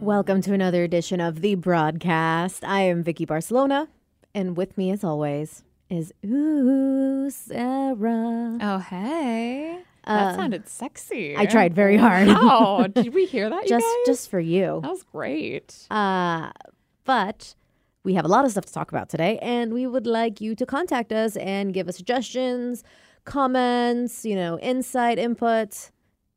Welcome to another edition of the broadcast. I am Vicky Barcelona, and with me, as always, is Ooh Sarah. Oh, hey. That sounded sexy. Uh, I tried very hard, Wow. Did we hear that? you just guys? just for you. That was great. Uh, but we have a lot of stuff to talk about today, and we would like you to contact us and give us suggestions, comments, you know, insight, input.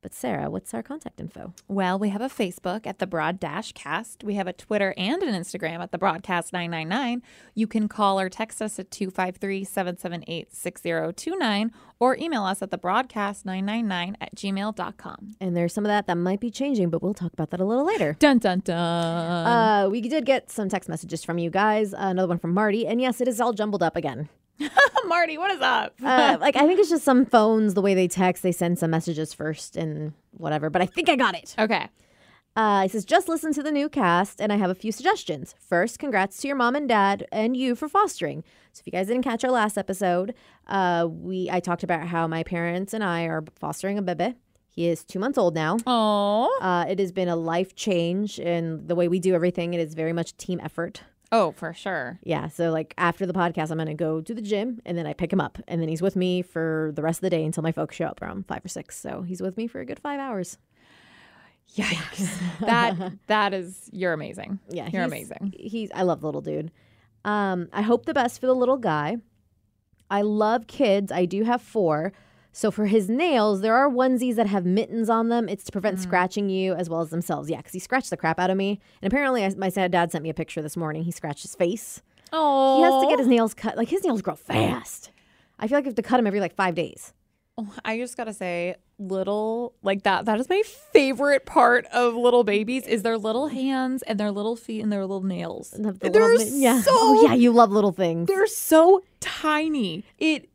But Sarah, what's our contact info? Well, we have a Facebook at the Broad Dash Cast. We have a Twitter and an Instagram at the Broadcast 999. You can call or text us at 253 778 6029 or email us at the broadcast 999 at gmail.com. And there's some of that that might be changing, but we'll talk about that a little later. Dun dun dun. Uh, we did get some text messages from you guys. uh, another one from Marty, and yes, it is all jumbled up again. Marty, what is up? Uh, like I think it's just some phones the way they text, they send some messages first and whatever. But I think I got it. okay. Uh, it says just listen to the new cast, and I have a few suggestions. First, congrats to your mom and dad and you for fostering. So if you guys didn't catch our last episode, uh, we I talked about how my parents and I are fostering a bebe. He is two months old now. Oh. Uh, it has been a life change in the way we do everything. It is very much a team effort. Oh, for sure. Yeah. So like after the podcast, I'm gonna go to the gym and then I pick him up and then he's with me for the rest of the day until my folks show up around five or six. So he's with me for a good five hours. Yikes. that that is you're amazing. Yeah. You're he's- amazing. He's I love the little dude. Um, I hope the best for the little guy. I love kids. I do have four. So for his nails, there are onesies that have mittens on them. It's to Mm. prevent scratching you as well as themselves. Yeah, because he scratched the crap out of me. And apparently, I, my sad dad sent me a picture this morning. He scratched his face. Oh. He has to get his nails cut. Like his nails grow fast. I feel like you have to cut them every like five days. Oh, I just gotta say, little like that. That is my favorite part of little babies is their little hands and their little feet and their little nails. And have the they're little mi- yeah. so oh yeah, you love little things. they're so tiny. It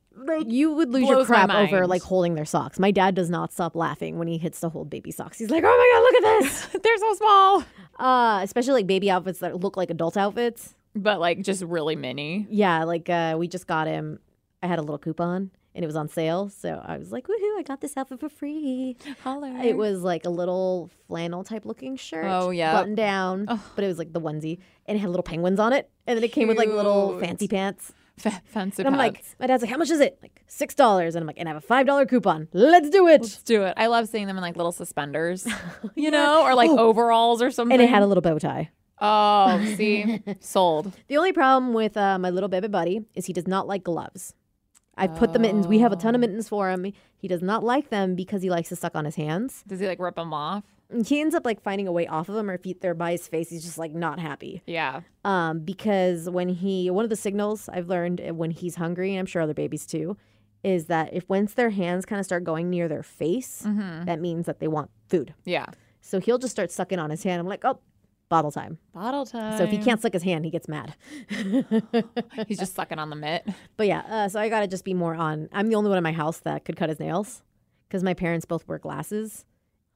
You would lose your blows my crap over mind. like holding their socks. My dad does not stop laughing when he hits to hold baby socks. He's like, "Oh my god, look at this!" they're so small, uh, especially like baby outfits that look like adult outfits. but like just really mini. Yeah, like uh, we just got him. I had a little coupon and it was on sale, so I was like, "Woohoo! I got this outfit for free." Holler. It was like a little flannel type looking shirt. Mm-hmm. Oh, yeah. Button down. But it was like the onesie and it had little penguins on it. And then it came with like little Cute. fancy pants. F- fancy And I'm like, pants. my dad's like, how much is it? Like $6. And I'm like, and I have a $5 coupon. Let's do it. Let's do it. I love seeing them in like little suspenders, you know, or like overalls or something. Oh. and it had a little bow tie. oh, see, sold. The only problem with uh, my little baby buddy is he does not like gloves. I've put the mittens. We have a Oh. ton of mittens for him. He does not like them because he likes to suck on his hands. Does he like rip them off? And He ends up like finding a way off of them, or if he, they're by his face, he's just like not happy. Yeah. um, because when he one of the signals I've learned uh, when he's hungry, and I'm sure other babies too, is that if once their hands kind of start going near their face, Mm-hmm. that means that they want food. Yeah. So he'll just start sucking on his hand. I'm like, oh, bottle time. Bottle time. So if he can't suck his hand, he gets mad. He's just sucking on the mitt. but yeah, uh, so I gotta just be more on. I'm the only one in my house that could cut his nails because my parents both wear glasses.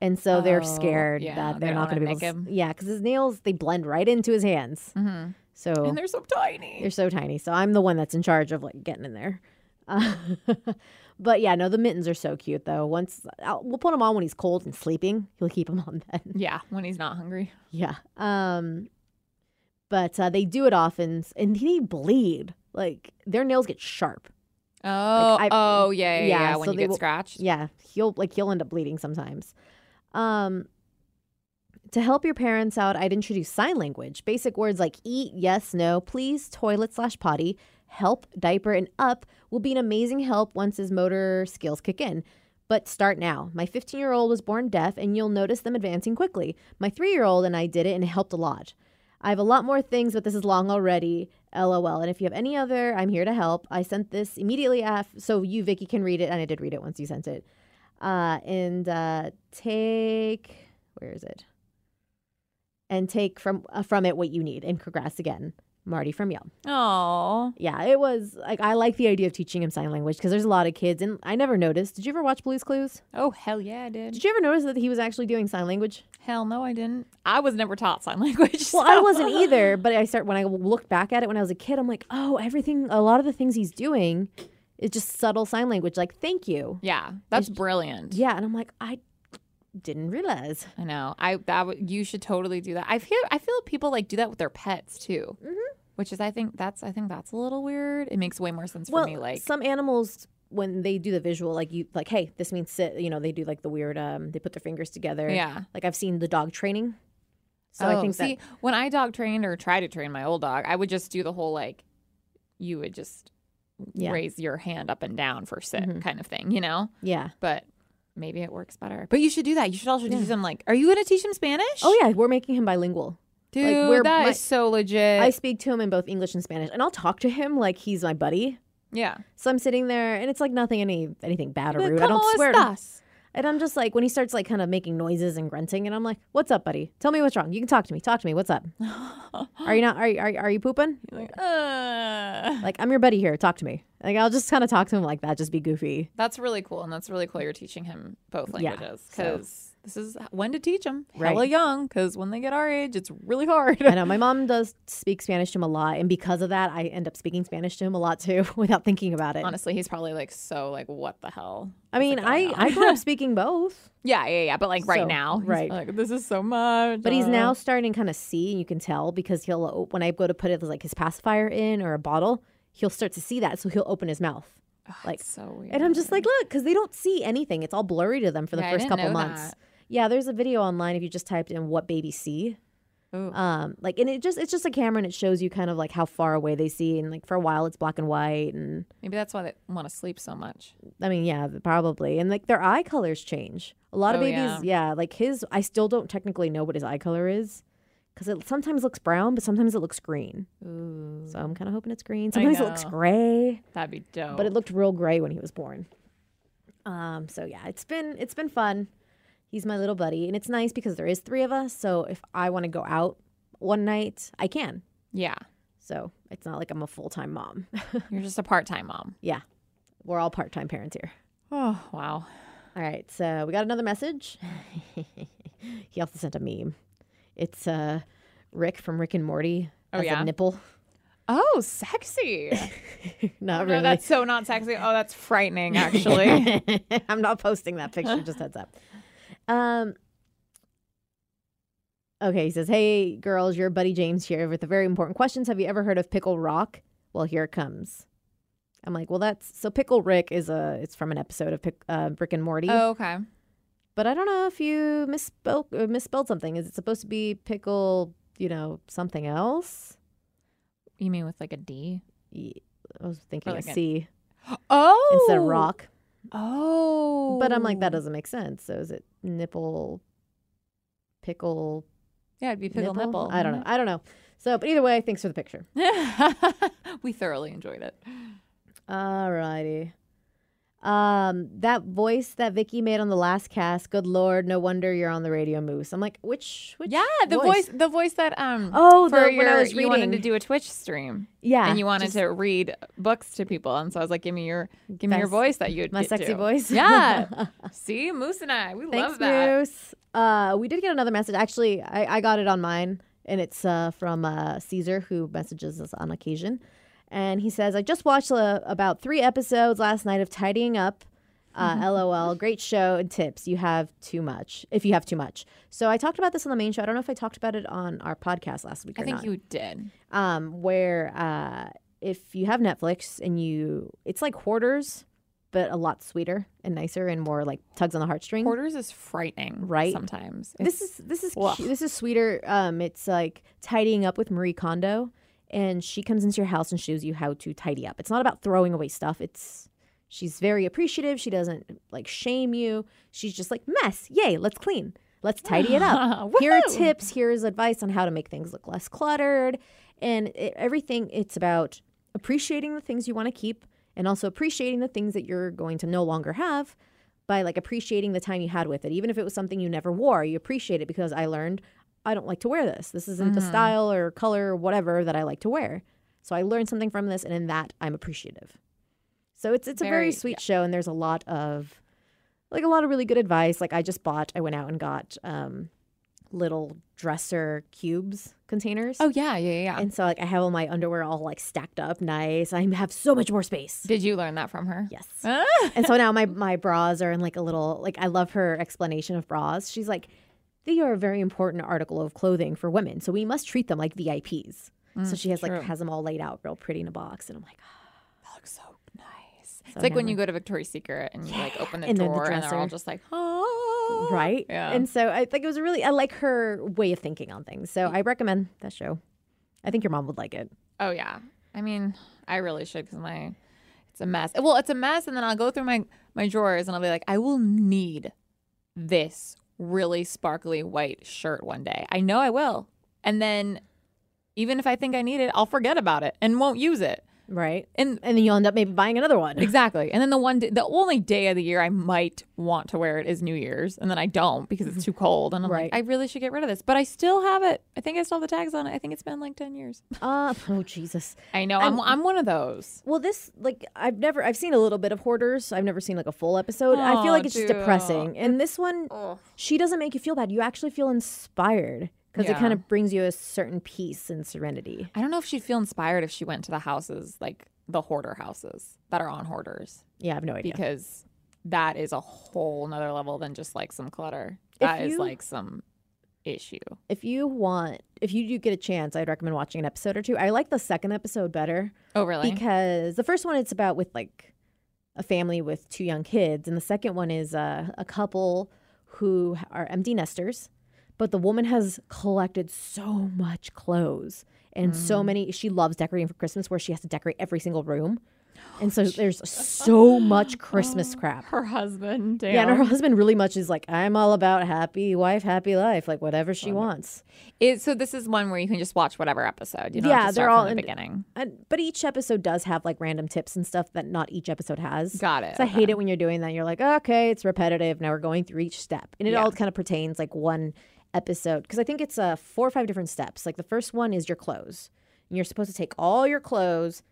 And so they're Oh, scared yeah, that they they're don't not going to wanna be able to. nick s- him. Yeah, because his nails, they blend right into his hands. Mm-hmm. So And they're so tiny. They're so tiny. So I'm the one that's in charge of like getting in there. Uh, but yeah, no, the mittens are so cute though. Once I'll, we'll put them on when he's cold and sleeping. He'll keep them on then. Yeah, when he's not hungry. Yeah. Um, but uh, they do it often, s- and they bleed. Like their nails get sharp. Oh, I've- oh, yeah, yeah. yeah, yeah, When so you they get will- scratched. Yeah, he'll like he'll end up bleeding sometimes. Um, to help your parents out, I'd introduce sign language, basic words like eat, yes, no, please, toilet slash potty, help, diaper, and up will be an amazing help once his motor skills kick in. But start now. My 15 year old was born deaf, and you'll notice them advancing quickly. My three year old and I did it, and it helped a lot. I have a lot more things, but this is long already. LOL. And if you have any other, I'm here to help. I sent this immediately after, so you, Vicky, can read it. And I did read it once you sent it. Uh, and uh, take, where is it? And take from uh, from it what you need. And congrats again, Marty from Yale. Oh, Yeah, it was like I like the idea of teaching him sign language because there's a lot of kids, and I never noticed. Did you ever watch Blue's Clues? oh, hell yeah, I did. Did you ever notice that he was actually doing sign language? Hell no, I didn't. I was never taught sign language. Well, I so- wasn't either, but I start when I looked back at it when I was a kid, I'm like, oh, everything, a lot of the things he's doing is just subtle sign language, like thank you. Yeah, that's brilliant. Yeah, and I'm like, I didn't realize. I know. I that would you should totally do that. I feel I feel people like do that with their pets too, which is I think that's I think that's a little weird. It makes way more sense well, for me. Like some animals when they do the visual, like you, like hey, this means sit. You know, they do like the weird. Um, they put their fingers together. yeah. Like I've seen the dog training. So I Oh, think see that when I dog trained or tried to train my old dog, I would just do the whole like you would just Yeah. raise your hand up and down for sit Mhm. kind of thing, you know. yeah. But maybe it works better. But you should do that. You should also teach them like, are you going to teach them Spanish? Oh yeah, we're making him bilingual. dude, like, that we're is my- so legit. I speak to him in both English and Spanish, and I'll talk to him like he's my buddy. yeah, So I'm sitting there, and it's like nothing any anything bad or Like, rude. I "Cómo don't swear. to- estás?" And I'm just like when he starts like kind of making noises and grunting, and I'm like, "What's up, buddy? Tell me what's wrong. You can talk to me. Talk to me. What's up? Are you not? Are you, are, you- are you pooping? Like, "Uh." Like I'm your buddy here. Talk to me. Like I'll just kind of talk to him like that. Just be goofy. That's really cool, and that's really cool. You're teaching him both Yeah, languages so- because this is when to teach them. Right. Hella young, because when they get our age, it's really hard. I know my mom does speak Spanish to him a lot, and because of that, I end up speaking Spanish to him a lot too, without thinking about it. Honestly, he's probably like so like what the hell? I is mean, going I on? I grew up speaking both, yeah yeah yeah, but like right So, now, he's right. Like this is so much. but he's uh, now starting to kind of see, and you can tell because he'll o- when I go to put it like his pacifier in or a bottle, he'll start to see that, so he'll open his mouth, Ugh, like- oh, it's so weird. and I'm just like, look, because they don't see anything; it's all blurry to them for the Yeah, I first didn't couple know months. that. Yeah, there's a video online if you just typed in "what babies see." Ooh. Um, like, and it just it's just a camera, and it shows you kind of like how far away they see, and like for a while it's black and white, and maybe that's why they want to sleep so much. I mean, yeah, th- probably. And like their eye colors change. A lot of Oh, babies, yeah. yeah. like his, I still don't technically know what his eye color is because it sometimes looks brown, but sometimes it looks green. Ooh, So I'm kind of hoping it's green. Sometimes it looks know. gray, that'd be dope. but it looked real gray when he was born. Um, so yeah, it's been it's been fun. He's my little buddy, and it's nice because there is three of us. So if I want to go out one night, I can. yeah, So it's not like I'm a full time mom. you're just a part time mom. yeah, we're all part time parents here. Oh wow, All right, so we got another message. he also sent a meme. It's uh, Rick from Rick and Morty. Oh, has yeah? a nipple. oh sexy. Not Oh, No, really. that's so not sexy. Oh, that's frightening. Actually, I'm not posting that picture. Just heads up. Um. Okay, he says, "Hey girls, your buddy James here with a very important questions. Have you ever heard of Pickle Rock? Well, here it comes." I'm like, well, that's so. Pickle Rick is a. It's from an episode of Pick, uh, Rick and Morty. oh, okay. but But I don't know if you misspoke or misspelled something. Is it supposed to be pickle, you know, something else? you mean with like a D? Ye- I was thinking like a an- C Oh, instead of rock. Oh, But I'm like, that doesn't make sense. So is it nipple, pickle, Yeah, it'd be pickle nipple. I don't know. I don't know. So, but either way, thanks for the picture. know. we thoroughly enjoyed it. All righty. Um, that voice that Vicky made on the last cast, good lord, no wonder you're on the radio moose. I'm like, which, which? Yeah, the voice. voice. the voice that um. Oh, for the, your, when I was you wanted to reading- do a Twitch stream. yeah, and you wanted just to read books to people, and so I was like, "Give me your, give me your That's voice that you'd my get sexy to. voice. Yeah. See, Moose and I, we Thanks, love that. Moose. Uh, we did get another message. Actually, I, I got it on mine, and it's uh, from uh, Caesar, who messages us on occasion. And he says, I just watched uh, about three episodes last night of Tidying Up. Mm-hmm. Uh, LOL. Great show and tips. You have too much, if you have too much. So I talked about this on the main show. I don't know if I talked about it on our podcast last week I or think not you did. um, where uh, if you have Netflix and you, it's like Hoarders, but a lot sweeter and nicer and more like tugs on the heartstrings. Quarters is frightening, Right? Sometimes This is this is Woof. cu- this is sweeter. Um, it's like tidying up with Marie Kondo, and she comes into your house and shows you how to tidy up. It's not about throwing away stuff. It's she's very appreciative. She doesn't like shame you. She's just like mess. Yay, let's clean. Let's tidy it up. here are Woohoo! tips. Here is advice on how to make things look less cluttered, and it, everything. It's about appreciating the things you want to keep, and also appreciating the things that you're going to no longer have by like appreciating the time you had with it. Even if it was something you never wore, you appreciate it because I learned I don't like to wear this. This isn't the style or color or whatever that I like to wear. So I learned something from this, and in that I'm appreciative. So it's it's a Very- very sweet show, and there's a lot of like a lot of really good advice. Like I just bought, I went out and got um, little dresser cubes containers. Oh yeah, yeah, yeah. And so like I have all my underwear all like stacked up nice. I have so much more space. Did you learn that from her? Yes. Ah! and so now my my bras are in like a little like I love her explanation of bras. She's like they are a very important article of clothing for women. So we must treat them like VIPs. so she has Mm, true. like has them all laid out real pretty in a box and I'm like That looks so nice. it's like when now you go to Victoria's Secret and you like open the and then the drawer and they're all dresser. just like, oh, right? Yeah. And so I think it was really I like her way of thinking on things. So Mm. I recommend that show. I think your mom would like it. Oh yeah. I mean, I really should because my it's a mess. Well, it's a mess, and then I'll go through my my drawers and I'll be like, I will need this really sparkly white shirt one day. I know I will. And then even if I think I need it, I'll forget about it and won't use it. Right. And And then you'll end up maybe buying another one. exactly. And then the one day, the only day of the year I might want to wear it is New Year's, and then I don't because it's too cold. And I'm Right. like, I really should get rid of this, but I still have it. I think I still have the tags on it. I think it's been like ten years. Uh, oh Jesus. I know. I'm I'm one of those. Well, this like I've never I've seen a little bit of Hoarders. I've never seen like a full episode. I Aw, feel like it's just dude. depressing. And this one, she doesn't make you feel bad. You actually feel inspired because Yeah. it kind of brings you a certain peace and serenity. I don't know if she'd feel inspired if she went to the houses, like the hoarder houses that are on hoarders, Yeah, I have no idea. because that is a whole nother level than just like some clutter. That is you- like some issue. if you want, if you do get a chance, I'd recommend watching an episode or two. I like the second episode better Oh, really? because the first one it's about with like a family with two young kids, and the second one is uh, a couple who are empty nesters, but the woman has collected so much clothes and so Mm. many. She loves decorating for Christmas, where she has to decorate every single room, and so there's so much Christmas crap. Oh. her husband, damn. Yeah, and her husband really much is like, I'm all about happy wife, happy life, like whatever she wants. It- so this is one where you can just watch whatever episode. You don't have Yeah, to they're start all from the in- beginning. And, but each episode does have like random tips and stuff that not each episode has. Got it. So I hate it when you're doing that. You're like, okay, it's repetitive. Now we're going through each step, and it Yeah. all kind of pertains like one episode because I think it's uh, four or five different steps. Like the first one is your clothes, and you're supposed to take all your clothes,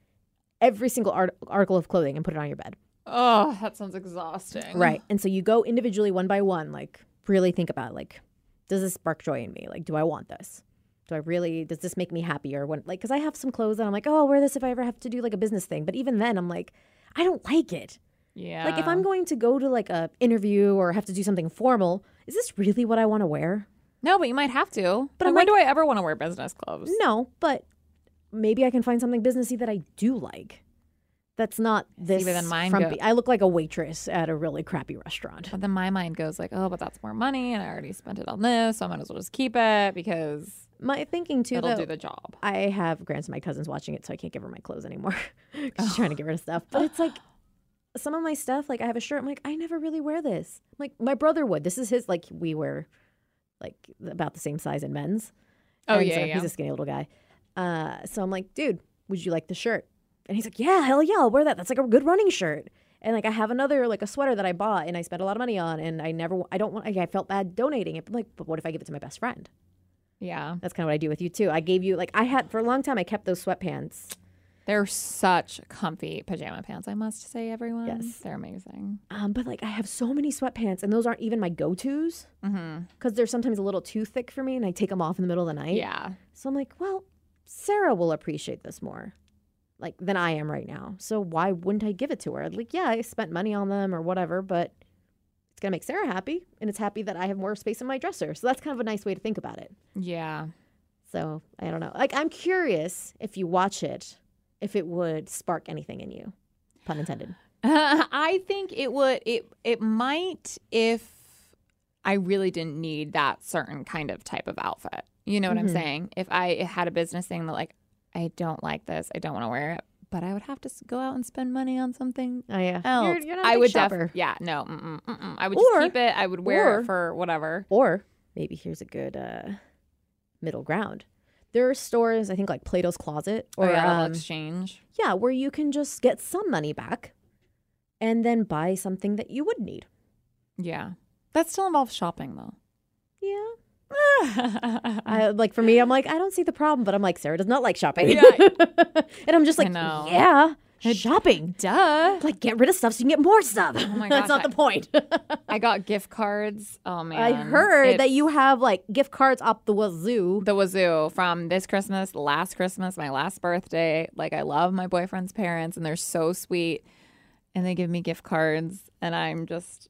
every single art- article of clothing, and put it on your bed. Oh, that sounds exhausting. Right. And so you go individually one by one, like really think about like, does this spark joy in me? Like, do I want this? Do I really, does this make me happier? When, like, because I have some clothes that I'm like, oh, I'll wear this if I ever have to do like a business thing. But even then, I'm like, I don't like it. Yeah. Like, if I'm going to go to like a interview or have to do something formal, is this really what I want to wear? no, but you might have to. But But I'm when do I ever want to wear business clothes? No, but maybe I can find something businessy that I do like. That's not this. but then mine frumpy- go- I look like a waitress at a really crappy restaurant. But then my mind goes like, oh, but that's more money, and I already spent it on this, so I might as well just keep it because My thinking too, it'll though, do the job. I have grants my cousin's watching it, so I can't give her my clothes anymore. 'Cause She's trying Oh. to get rid of stuff. But it's like some of my stuff, like I have a shirt, I'm like, I never really wear this. Like my brother would. This is his like we were like about the same size in men's. Oh, And yeah, so yeah. He's a skinny little guy. Uh, so I'm like, dude, would you like the shirt? And he's like, Yeah, hell yeah, I'll wear that. That's like a good running shirt. And like I have another like a sweater that I bought and I spent a lot of money on and I never I don't want I felt bad donating it. But I'm like, but what if I give it to my best friend? Yeah, That's kind of what I do with you too. I gave you like I had for a long time. I kept those sweatpants. they're such comfy pajama pants. I must say, everyone, Yes. they're amazing. Um, but like I have so many sweatpants, and those aren't even my go-tos Mm-hmm. because they're sometimes a little too thick for me, and I take them off in the middle of the night. Yeah, So I'm like, well, Sarah will appreciate this more, like than I am right now. So why wouldn't I give it to her? Like, yeah, I spent money on them or whatever, but it's gonna make Sarah happy, and it's happy that I have more space in my dresser. So that's kind of a nice way to think about it. yeah. So I don't know. Like I'm curious if you watch it, if it would spark anything in you. Pun intended. I think it would. It it might if I really didn't need that certain kind of type of outfit. You know what I'm Mhm. saying? If I had a business thing that like I don't like this, I don't want to wear it, but I would have to s- go out and spend money on something Oh yeah. else. You're, you're not a I big would def- shopper. yeah, no. Mm-mm, mm-mm. I would Or- just keep it. I would wear or- it for whatever. or maybe here's a good uh, middle ground. There are stores, I think like Plato's Closet or Or yeah, um, exchange. yeah, where you can just get some money back and then buy something that you would need. Yeah. That still involves shopping though. Yeah. I like for me, I'm like, I don't see the problem, but I'm like, Sarah does not like shopping. Yeah. and I'm just I like, know. yeah, shopping. Duh. Like, get rid of stuff so you can get more stuff. Oh my That's gosh, not the point. I got gift cards. Oh man. I heard that It's you have like gift cards up the wazoo. the wazoo from this Christmas, last Christmas, my last birthday. Like I love my boyfriend's parents and they're so sweet. And they give me gift cards and I'm just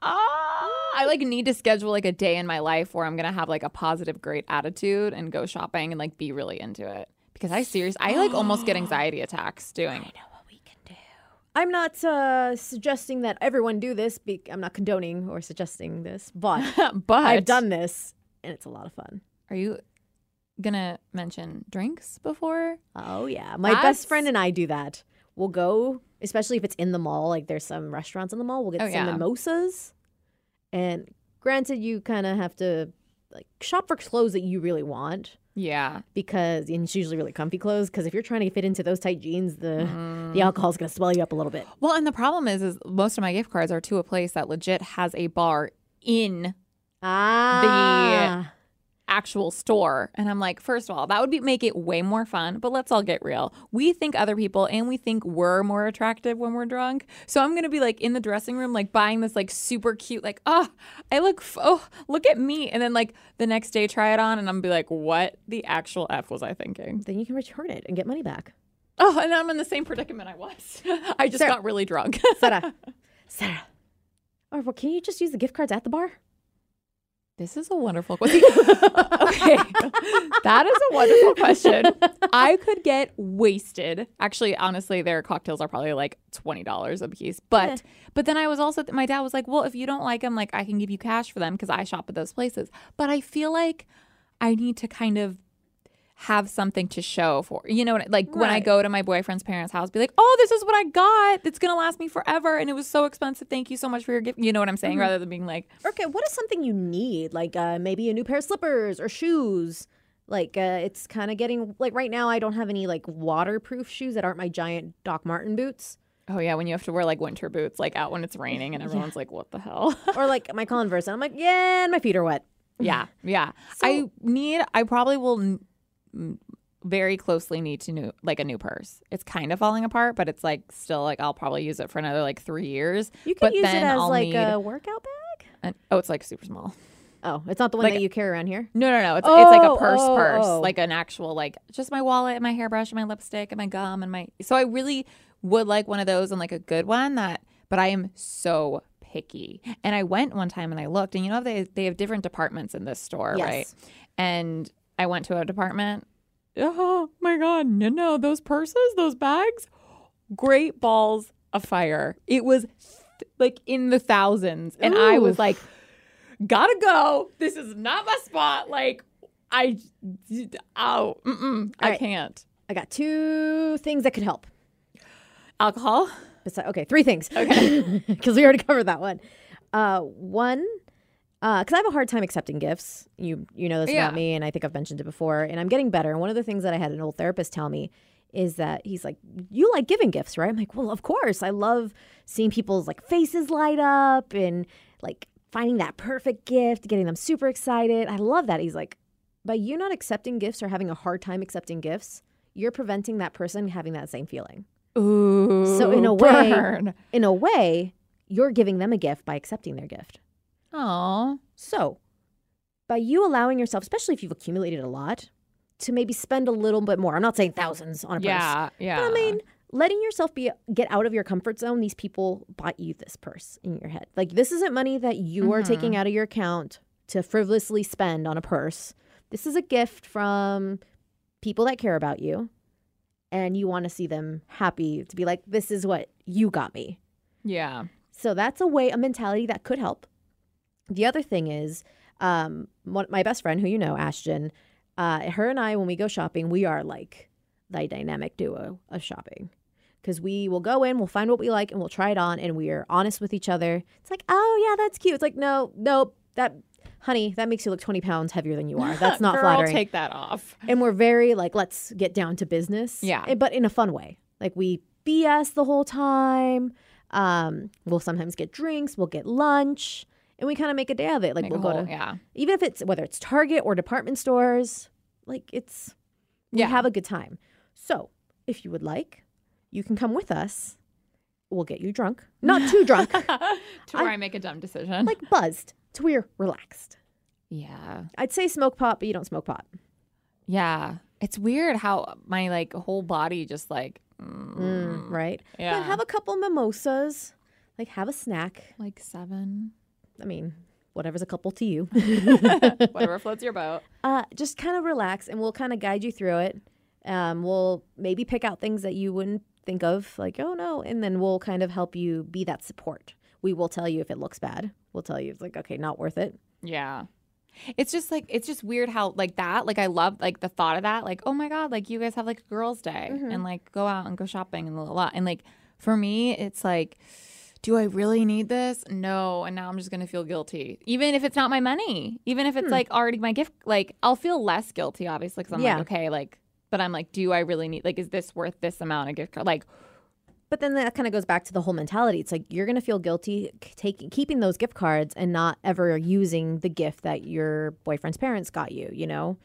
ah I like need to schedule like a day in my life where I'm gonna have like a positive, great attitude and go shopping and like be really into it. Because I serious I like almost get anxiety attacks doing it. what we can do. I'm not uh, suggesting that everyone do this. Be- I'm not condoning or suggesting this, but but I've done this and it's a lot of fun. Are you gonna mention drinks before? Oh yeah, my That's- best friend and I do that. We'll go, especially if it's in the mall. Like there's some restaurants in the mall. We'll get Oh, some yeah. mimosas, and granted, you kind of have to like shop for clothes that you really want Yeah. because and it's usually really comfy clothes. Because if you're trying to fit into those tight jeans, the the alcohol's gonna swell you up a little bit. Well, and the problem is, is most of my gift cards are to a place that legit has a bar in Ah, actual store, and I'm like, first of all, that would be make it way more fun. But let's all get real. We think other people, and we think we're more attractive when we're drunk. So I'm gonna be like in the dressing room, like buying this like super cute, like oh, I look, f- oh, look at me, and then like the next day try it on, and I'm gonna be like, what the actual f was I thinking? then you can return it and get money back. Oh, and I'm in the same predicament I was. I just Sarah. got really drunk. Sarah, Sarah, or well, can you just use the gift cards at the bar? This is a wonderful question. okay. That is a wonderful question. I could get wasted. Actually, honestly, their cocktails are probably like $20 a piece. But but then I was also my dad was like, "Well, if you don't like them, like I can give you cash for them because I shop at those places." But I feel like I need to kind of have something to show for. You know, what- like when I Right. go to my boyfriend's parents' house, be like, "Oh, this is what I got. It's going to last me forever and it was so expensive. Thank you so much for your gift." You know what I'm saying? Rather than being like, Okay, what is something you need? Like uh, maybe a new pair of slippers or shoes. Like uh, it's kind of getting like right now. I don't have any like waterproof shoes that aren't my giant Doc Martin boots Oh yeah, when you have to wear like winter boots, like out when it's raining, and everyone's like, "What the hell?" or like my Converse, and I'm like, yeah, and my feet are wet. yeah, yeah. I need. I probably will n- m- very closely need to new like a new purse. It's kind of falling apart, but it's like still like I'll probably use it for another like three years. You could but use it then as I'll like need a workout bag. an- oh, it's like super small. Oh, it's not the one Like- that you carry around here. No, no, no. It's it's like Oh, a purse, oh, purse, oh. like an actual like just my wallet, and my hairbrush, and my lipstick, and my gum, and my. So I really would like one of those and like a good one that. But I am so picky, and I went one time and I looked, and you know they they have different departments in this store, Yes. right? And I went to a department. Oh my god! No, no, those purses, those bags, great balls of fire. It was th- like in the thousands, and I was Oof. like gotta go. This is not my spot. Like, I, oh, mm-mm, I right. can't. I got two things that could help. Alcohol. Besi- okay, three things. Okay, because we already covered that one. Uh, one, because I have a hard time accepting gifts. You you know this Yeah. about me, and I think I've mentioned it before. And I'm getting better. And one of the things that I had an old therapist tell me is that he's like, "You like giving gifts, right?" I'm like, "Well, of course. I love seeing people's like faces light up and like finding that perfect gift, getting them super excited. I love that." He's like, "By you not accepting gifts or having a hard time accepting gifts." You're preventing that person having that same feeling Ooh. So in a way- burn. in a way, you're giving them a gift by accepting their gift. oh, So, by you allowing yourself, especially if you've accumulated a lot, to maybe spend a little bit more. I'm not saying thousands on a purse. yeah, yeah. But I mean, letting yourself be get out of your comfort zone. These people bought you this purse in your head. Like this isn't money that you are taking out of your account to frivolously spend on a purse. This is a gift from people that care about you. And you want to see them happy to be like, this is what you got me. yeah. So that's a way, a mentality that could help. The other thing is, um, one, my best friend, who you know, Ashton, uh, her and I, when we go shopping, we are like the dynamic duo of shopping. Because we will go in, we'll find what we like, and we'll try it on, and we are honest with each other. It's like, oh yeah, that's cute. It's like, no, nope, that, honey, that makes you look twenty pounds heavier than you are. That's not Girl, flattering Take that off. and we're very like let's get down to business Yeah. Eh, but in a fun way like we bs the whole time um we'll sometimes get drinks we'll get lunch and we kind of make a day of it like Make a we'll go whole- to yeah. even if it's whether it's target or department stores like it's we Yeah. have a good time so if you would like You can come with us. We'll get you drunk. Not too drunk, to where I, make a dumb decision. like buzzed, to we're relaxed. yeah. I'd say smoke pot, but you don't smoke pot. Yeah. It's weird how my like whole body just like mm, Mm, right? Yeah. But have a couple mimosas. Like have a snack. like seven. I mean, whatever's a couple to you. Whatever floats your boat. Uh, just kind of relax, and we'll kind of guide you through it. Um, we'll maybe pick out things that you wouldn't think of, like oh no, and then we'll kind of help you be that support. We will tell you if it looks bad. We'll tell you it's like okay, not worth it. Yeah. It's just like it's just weird how like that like I love like the thought of that like oh my god like you guys have like a girls day and like go out and go shopping and la la la. and like for me it's like do I really need this? No, and now I'm just going to feel guilty. Even if it's not my money, even if it's like already my gift like I'll feel less guilty obviously cuz I'm Yeah. like okay like but I'm like do I really need like is this worth this amount of gift card? Like But then that kind of goes back to the whole mentality. It's like you're gonna feel guilty k- taking keeping those gift cards and not ever using the gift that your boyfriend's parents got you. You know.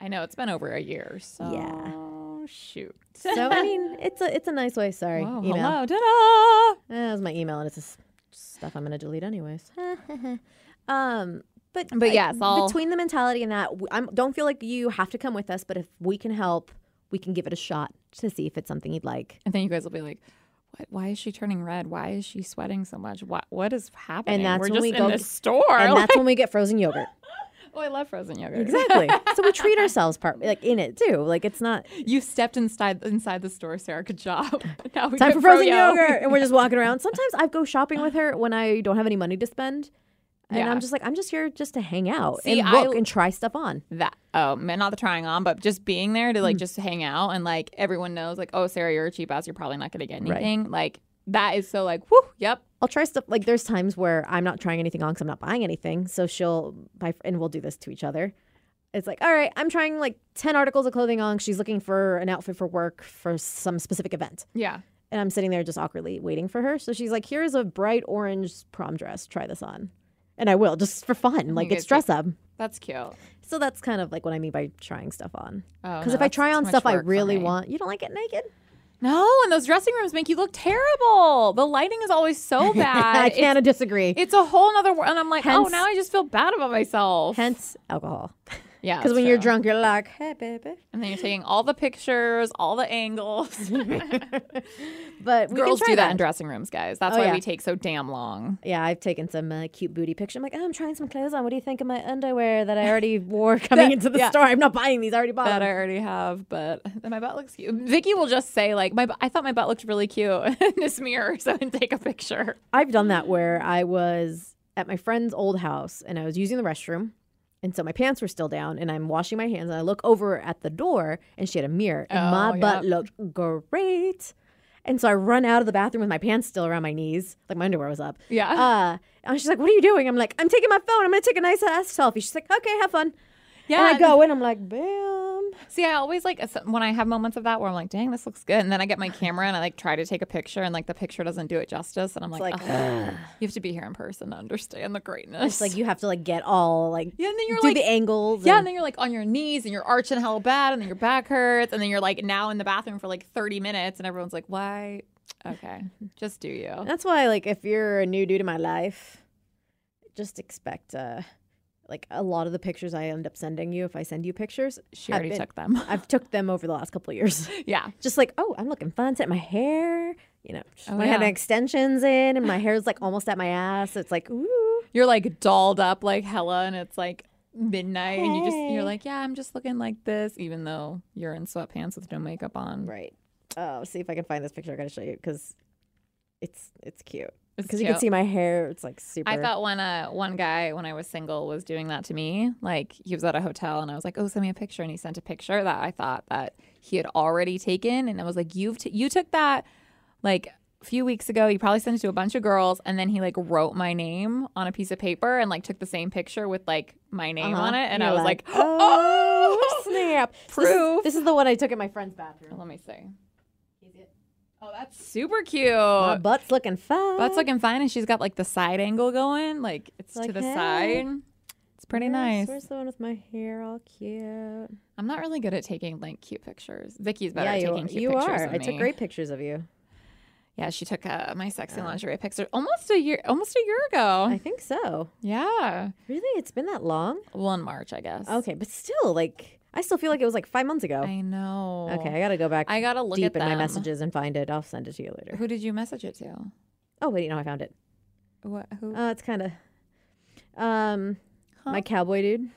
I know it's been over a year. So Yeah. shoot. So I mean, it's a it's a nice way. Sorry, Whoa, email. hello. Ta-da! Eh, that was my email, and it's just stuff I'm gonna delete anyways. um, but But I- yes, I'll- between the mentality and that, w- I'm don't feel like you have to come with us. But if we can help, we can give it a shot to see if it's something you'd like. And then you guys will be like, what, why is she turning red? Why is she sweating so much? What what is happening? that's We're when just we in go the get- store. And Like, that's when we get frozen yogurt. oh, I love frozen yogurt. Exactly. so we treat ourselves part like in it too. Like it's not You stepped inside inside the store, Sarah. Good job. now we time get for frozen froyo. yogurt, and we're just walking around. Sometimes I go shopping with her when I don't have any money to spend. And Yeah. I'm just like I'm just here just to hang out See, and I- look and try stuff on. That oh man, not the trying on, but just being there to Mm. like just hang out and like everyone knows like oh Sarah, you're a cheap ass. You're probably not gonna get anything. Like that is so like whoo yep I'll try stuff like there's times where I'm not trying anything on because I'm not buying anything. So she'll buy, and we'll do this to each other. It's like, all right, I'm trying like 10 articles of clothing on. 'cause She's looking for an outfit for work for some specific event. yeah And I'm sitting there just awkwardly waiting for her. So she's like, here's a bright orange prom dress. Try this on. And I will just for fun. Like you it's guys dress up. that's cute. Oh, So that's kind of like what I mean by trying stuff on. Because no, if I that's try too on much stuff I work for really me. want, you don't like it naked? No, and those dressing rooms make you look terrible. The lighting is always so bad. I Uh, It's- kind of disagree. It's a whole nother world. And I'm like, oh, Hence- now I just feel bad about myself. Hence alcohol. yeah. Because that's when you're true. drunk, you're like, hey, baby. And then you're taking all the pictures, all the angles. But we Girls can try do that, in dressing rooms, guys. That's Oh, why yeah. we take so damn long. Yeah, I've taken some uh, cute booty pictures. I'm like, oh, I'm trying some clothes on. What do you think of my underwear that I already wore coming into the yeah. store? I'm not buying these. I already bought That I them. already have, but and my butt looks cute. Vicky will just say like, "My, bu- I thought my butt looked really cute in this mirror," so and take a picture. I've done that where I was at my friend's old house and I was using the restroom. And so my pants were still down and I'm washing my hands and I look over at the door and she had a mirror and Oh, my yeah. butt looked great. And so I run out of the bathroom with my pants still around my knees, like my underwear was up. Yeah, Uh, and she's like, "What are you doing?" I'm like, "I'm taking my phone. I'm gonna take a nice ass selfie." She's like, "Okay, have fun." yeah. and I go and I'm like, "Bam." See, I always like as- when I have moments of that where I'm like, "Dang, this looks good," and then I get my camera and I like try to take a picture, and like the picture doesn't do it justice, and I'm like, like, "Ugh, "You have to be here in person to understand the greatness." It's like you have to like get all like yeah, and then you're do like, the angles. yeah, and and- then you're like on your knees and you're arching hella bad, and then your back hurts, and then you're like now in the bathroom for like 30 minutes, and everyone's like, "Why?" Okay, just do you. that's why like if you're a new dude in my life, just expect uh like a lot of the pictures I end up sending you if I send you pictures. She have already been- took them. I've took them over the last couple of years. yeah, Just like, oh, I'm looking fun, set my hair. You know, just Oh, when I had yeah. extensions in and my hair's like almost at my ass. It's like, ooh. you're like dolled up like hella, and it's like midnight, and you just you're Hey. like, "Yeah, I'm just looking like this," even though you're in sweatpants with no makeup on. Right. Oh, see if I can find this picture I gotta show you because it's it's cute. It's Because you can cute. see my hair, it's like super I thought one uh one guy when I was single was doing that to me. Like he was at a hotel and I was like, "Oh, send me a picture," and he sent a picture that I thought that he had already taken, and I was like, "You've t- you took that like a few weeks ago. You probably sent it to a bunch of girls, and then he like wrote my name on a piece of paper and like took the same picture with like my name Uh-huh. on it, and I You're was like, oh, "Oh, snap! This is- Proof. This, is the one I took at my friend's bathroom. let me see." Oh, that's super cute. My butt's looking fine. Butt's looking fine, and she's got like the side angle going, like it's Like, to the hey. side. It's pretty nice. Where's the one with my hair all cute? I'm not really good at taking like cute pictures. Vicky's better at you, taking cute you pictures. are. than I took me. great pictures of you. Yeah, she took uh, my sexy lingerie picture almost a year, almost a year ago. I think so. yeah, Really, it's been that long? one March, I guess. Okay, but still, like, I still feel like it was like five months ago. I know. Oh. okay, I gotta go back I gotta look deep at in my them. messages and find it. I'll send it to you later. Who did you message it to? Oh wait, you know I found it. What? Who? Uh, it's kind of, um, Huh? my cowboy dude.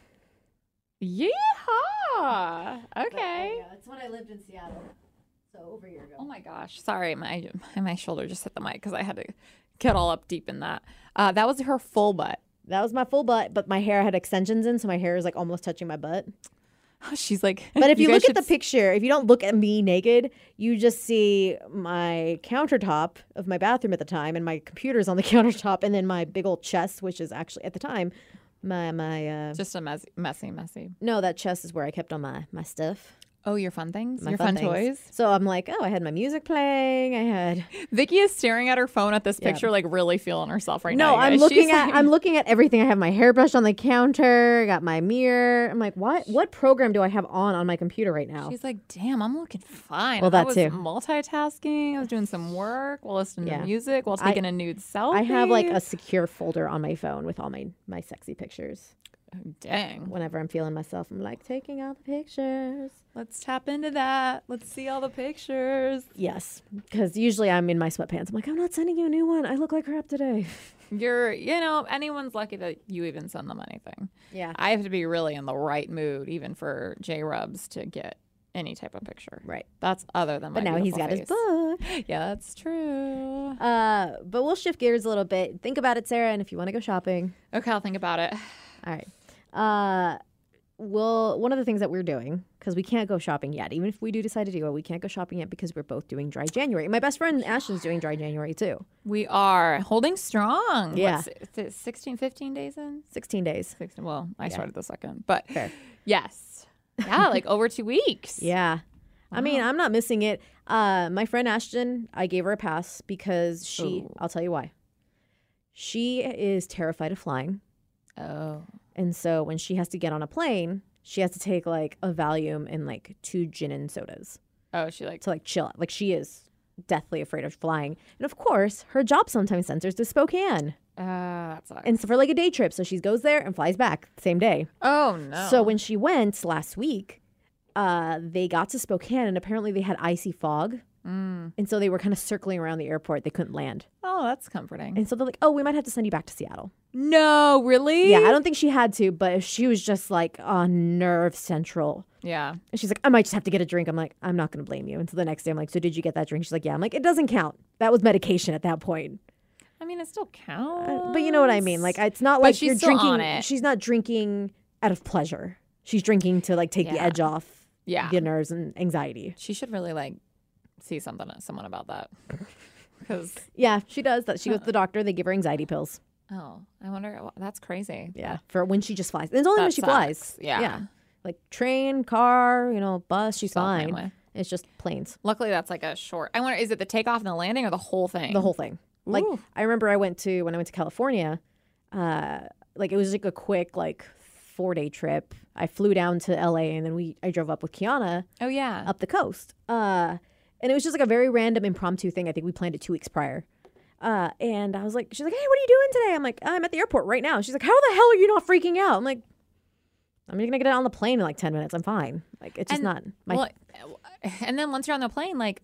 Yeehaw! uh, Okay. That's Oh, when I lived in Seattle, so over a year ago. Oh my gosh. Sorry, my my shoulder just hit the mic because I had to get all up deep in that. Uh, that was her full butt. That was my full butt, but my hair had extensions in, so my hair is like almost touching my butt. She's like, But if you, guys look at should the picture, if you don't look at me naked, you just see my countertop of my bathroom at the time, and my computer's on the countertop, and then my big old chest, which is actually at the time, my my uh, Just a messy, messy, messy. no, that chest is where I kept all my my stuff, Oh, your fun things, my your fun, things. toys. So I'm like, oh, I had my music playing. I had Vicky is staring at her phone at this picture, like really feeling herself right now. no, you I'm guys. looking She's at like- I'm looking at everything. I have my hairbrush on the counter. I got my mirror. I'm like, what what program do I have on on my computer right now? She's like, damn, I'm looking fine. Well, I that was too. multitasking. I was doing some work while listening Yeah. to music, while taking a nude selfie. I have like a secure folder on my phone with all my my sexy pictures. dang. Whenever I'm feeling myself, I'm like taking all the pictures. Let's tap into that. Let's see all the pictures. Yes, because usually I'm in my sweatpants. I'm like, I'm not sending you a new one. I look like crap today. You're, you know, anyone's lucky that you even send them anything. Yeah, I have to be really in the right mood, even for J Rubs, to get any type of picture. right. That's other than But my now he's beautiful got his face. book. Yeah, that's true. Uh, but we'll shift gears a little bit. Think about it, Sarah, and if you want to go shopping, Okay, I'll think about it. All right. Uh, well, one of the things that we're doing because we can't go shopping yet, even if we do decide to do it, we can't go shopping yet because we're both doing dry January. And My best friend Ashton's doing dry January too. We are holding strong. Yeah. What's it- is it 16, 15 days in? Sixteen days. 16, well, I started the second, but Fair. yes. Yeah, like over two weeks. Yeah. I mean, I'm not missing it. Uh, my friend Ashton, I gave her a pass because she. Ooh. I'll tell you why. She is terrified of flying, Oh. and so when she has to get on a plane, she has to take like a Valium and like two gin and sodas. Oh, she like, to like chill out. Like she is deathly afraid of flying. And of course, her job sometimes sends her to Spokane. uh, that sucks. And so for like a day trip. So she goes there and flies back the same day. oh, no. So when she went last week, uh, they got to Spokane and apparently they had icy fog. Mm. And so they were kind of circling around the airport. They couldn't land. Oh, that's comforting. And so they're like, oh, we might have to send you back to Seattle. No, really? Yeah, I don't think she had to, but she was just like on nerve central. Yeah. And she's like, I might just have to get a drink. I'm like, I'm not going to blame you. And so the next day, I'm like, so did you get that drink? She's like, yeah. I'm like, it doesn't count. That was medication at that point. I mean, it still counts. Uh, But you know what I mean. Like it's not like she's you're still drinking. on it. She's not drinking out of pleasure. She's drinking to like take the Yeah. edge off yeah. your nerves and anxiety. She should really like see something someone about that. Because Yeah, she does that. She goes to the doctor. They give her anxiety pills. oh, I wonder. well, That's crazy. Yeah, for when she just flies. And it's only when That she flies. sucks. Yeah. like train, car, you know, bus. She's She's all fine fine. with. It's just planes. Luckily, that's like a short. I wonder, is it the takeoff and the landing or the whole thing? The whole thing. Like Ooh. I remember, I went to when I went to California. Uh, like it was like a quick like four day trip. I flew down to L.A. and then we I drove up with Kiana. Oh yeah. up the coast. Uh, and it was just like a very random impromptu thing. I think we planned it two weeks prior. Uh, and I was like, she's like, hey, what are you doing today? I'm like, I'm at the airport right now. She's like, how the hell are you not freaking out? I'm like, I'm gonna get on the plane in like ten minutes. I'm fine. Like it's just And- not my. well, and then once you're on the plane, like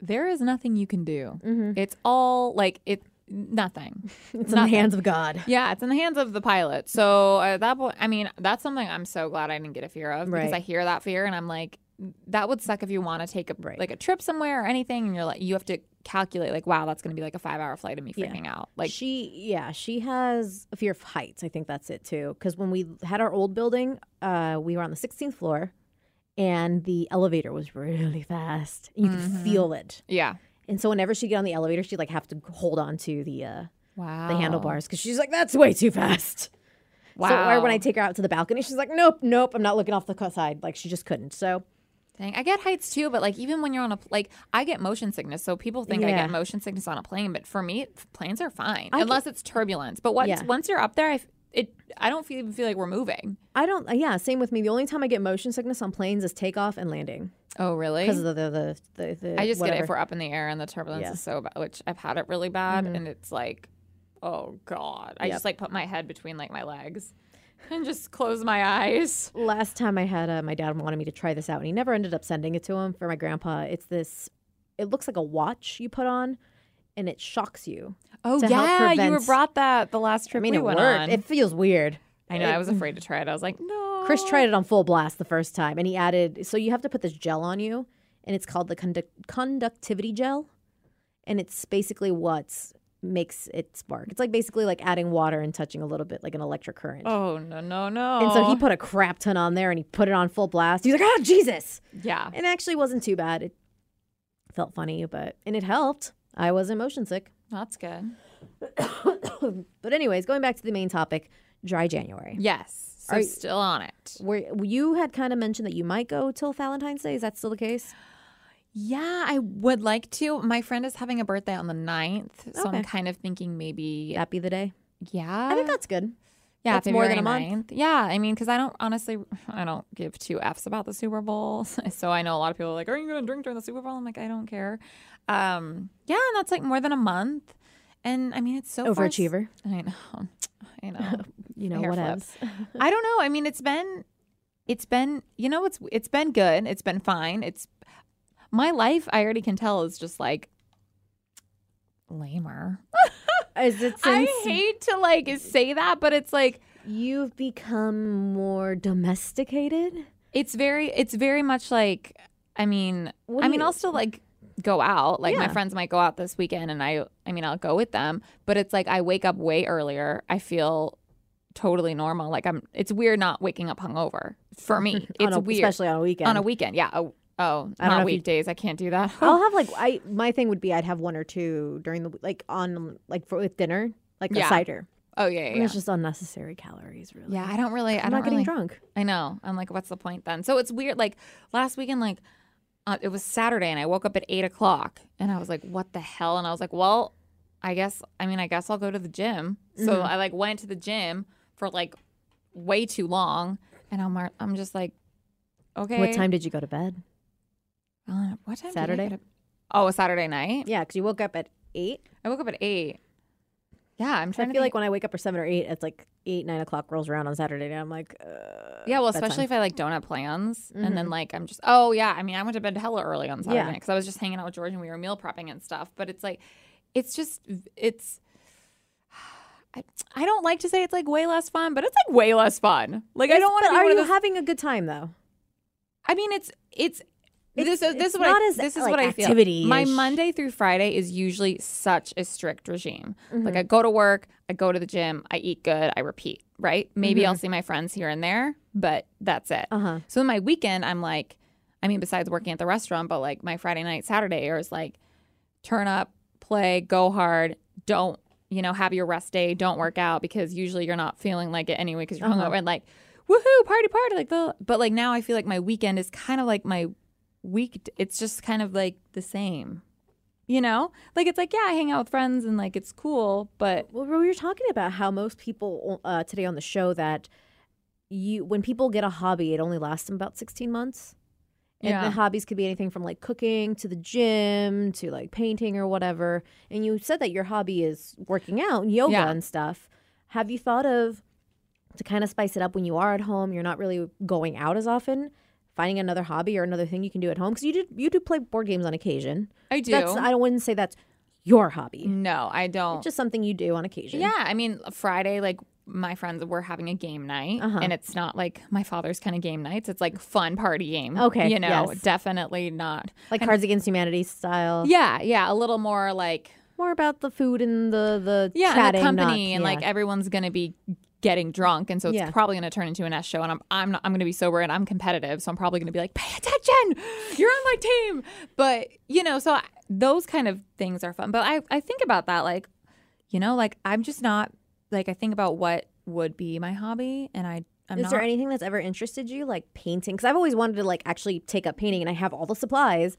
there is nothing you can do. Mhm. It's all like it. Nothing. it's in the hands of God. Yeah, it's in the hands of the pilot. So at that point, I mean, that's something I'm so glad I didn't get a fear of because Right. I hear that fear and I'm like, that would suck if you want to take a Right. like a trip somewhere or anything, and you're like, you have to calculate like, wow, that's going to be like a five hour flight of me Yeah. freaking out. Like, she, yeah, she has a fear of heights. I think that's it too. Because when we had our old building, uh, we were on the 16th floor, and the elevator was really fast. You Mm-hmm. could feel it. yeah, And so whenever she'd get on the elevator, she'd like have to hold on to the uh, wow, the handlebars because she's like, that's way too fast. Wow. So, or when I take her out to the balcony, she's like, nope, nope, I'm not looking off the cu- side. Like she just couldn't. So Dang, I get heights too, but like even when you're on a pl- like I get motion sickness, so people think I Yeah. get motion sickness on a plane, but for me, planes are fine I unless it's turbulence. But once Yeah. once you're up there, I f- it I don't feel, even feel like we're moving. I don't. uh, Yeah, same with me. The only time I get motion sickness on planes is takeoff and landing Oh, really? because of the the, the the the. I just get it if whatever. we're up in the air and the turbulence Yeah. is so bad, which I've had it really bad, and it's like, oh god, I Yep. just like put my head between like my legs and just close my eyes. Last time I had uh, my dad wanted me to try this out, and he never ended up sending it to him for my grandpa. It's this. It looks like a watch you put on, and it shocks you. Oh To help yeah, you were prevent- brought that the last trip I mean, we it went worked. on. It feels weird. I know I was afraid to try it. I was like, no. Chris tried it on full blast the first time, and he added. So you have to put this gel on you, and it's called the conduct- conductivity gel, and it's basically what makes it spark. It's like basically like adding water and touching a little bit, like an electric current. Oh no no no. And so he put a crap ton on there, and he put it on full blast. He's like, "Oh Jesus!" yeah. And it actually wasn't too bad. It felt funny, but and it helped. I wasn't motion sick. That's good. But anyways, going back to the main topic, dry January. Yes. So Are you- still on it. Where you had kind of mentioned that you might go till Valentine's Day. Is that still the case? Yeah, I would like to. My friend is having a birthday on the 9th, so Okay. I'm kind of thinking maybe That be the day. yeah. I think that's good. yeah, that's more than a February month. 9th. Yeah, I mean cuz I don't honestly I don't give two f's about the Super Bowl. So I know a lot of people are like, "Are you going to drink during the Super Bowl?" I'm like, "I don't care." Um, yeah, and that's like more than a month. And I mean, it's so far s- Overachiever. I know. I know. You know, Hair what flip. else? I don't know. I mean, it's been, it's been, you know, it's it's been good. It's been fine. It's my life. I already can tell is just like lamer. Is it I since hate to like say that, but it's like you've become more domesticated? it's very, it's very much like. I mean, What I do mean, you- I'll still like go out. Like my Yeah. friends might go out this weekend, and I, I mean, I'll go with them. But it's like I wake up way earlier. I feel totally normal. Like I'm. It's weird not waking up hungover for me. On It's a- weird. especially on a weekend. On a weekend, yeah. Oh, oh I don't know not if you- weekdays. I can't do that. I'll have like I my thing would be I'd have one or two during the w- like on like for with dinner like Yeah. a cider. oh yeah, yeah. And Yeah, It's just unnecessary calories, really. Yeah, I don't really. I I'm don't not getting really, drunk. I know. I'm like, what's the point then? So it's weird. Like last weekend, like uh, it was Saturday, and I woke up at eight o'clock, and I was like, what the hell? And I was like, well, I guess. I mean, I guess I'll go to the gym. So Mm-hmm. I like went to the gym for like way too long, and I'm I'm just like, okay. What time did you go to bed? Uh, what time? did I Saturday? get up? Oh, a Saturday night. Yeah, because you woke up at eight. I woke up at eight. Yeah, I'm I trying feel to think- like when I wake up at seven or eight, it's like eight, nine o'clock rolls around on Saturday, and I'm like, uh, Yeah, well, bedtime. Mm-hmm. especially if I like don't have plans, and then like I'm just oh yeah. I mean, I went to bed hella early on Saturday Yeah. because I was just hanging out with George and we were meal prepping and stuff. But it's like, it's just it's. I, I don't like to say it's like way less fun, but it's like way less fun. Like I don't want to But be are one you of those. having a good time though? I mean, it's it's. It's- this is this it's is what not I, as, this is like, what I feel. My activity-ish. Monday through Friday is usually such a strict regime. Like Mm-hmm. I go to work, I go to the gym, I eat good, I repeat. Right? Maybe Mm-hmm. I'll see my friends here and there, but that's it. Uh huh. So in my weekend, I'm like, I mean, besides working at the restaurant, but like my Friday night, Saturday is like, turn up, play, go hard, don't, you know, have your rest day, don't work out because usually you're not feeling like it anyway because you're hungover and like, woohoo, party, party, like the. But like now, I feel like my weekend is kind of like my week. It's just kind of like the same, you know. Like it's like yeah, I hang out with friends and like it's cool, but Well, we were talking about how most people uh, today on the show that you when people get a hobby, it only lasts them about sixteen months. And Yeah. the hobbies could be anything from like cooking to the gym to like painting or whatever. And you said that your hobby is working out, and yoga Yeah. and stuff. Have you thought of to kind of spice it up when you are at home? You're not really going out as often. Finding another hobby or another thing you can do at home because you do you do play board games on occasion. I do. Mm. That's I wouldn't say that's your hobby. no, I don't. Just something you do on occasion. Yeah, I mean Friday, like my friends were having a game night, Uh-huh. and it's not like my father's kind of game nights. It's like fun party game. Okay, you know, yes. definitely not. like Cards Against Humanity style. Yeah, yeah, a little more like More about the food and the the yeah, and the chatting, company, not, and like yeah. everyone's gonna be getting drunk, and so it's Yeah. probably gonna turn into an S show. And I'm I'm not, I'm gonna be sober and I'm competitive, so I'm probably gonna be like, pay attention, you're on my team. But you know, so I, those kind of things are fun. But I I think about that like, you know, like I'm just not like I think about what would be my hobby, and I I'm Is not. there anything that's ever interested you, like painting? Because I've always wanted to like actually take up painting, and I have all the supplies.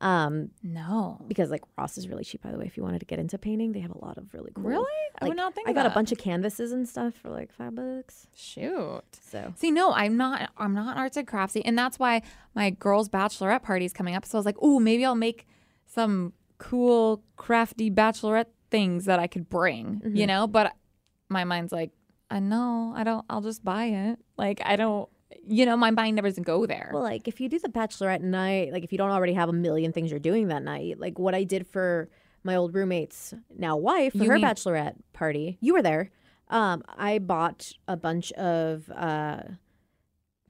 Um, No. because like Ross is really cheap, by the way. If you wanted to get into painting, they have a lot of really cool. Really? I would like, not think I got a that. bunch of canvases and stuff for like five bucks. Shoot. So See, no, I'm not. I'm not arts and craftsy, and that's why my girls' bachelorette party is coming up. So I was like, oh, maybe I'll make some cool crafty bachelorette things that I could bring, Mm-hmm. you know. But my mind's like, I know, I don't. I'll just buy it. Like I don't, you know, my mind never doesn't go there. Well, like if you do the bachelorette night, like if you don't already have a million things you're doing that night, like what I did for my old roommate's now wife for You her mean- bachelorette party, you were there. Um, I bought a bunch of uh,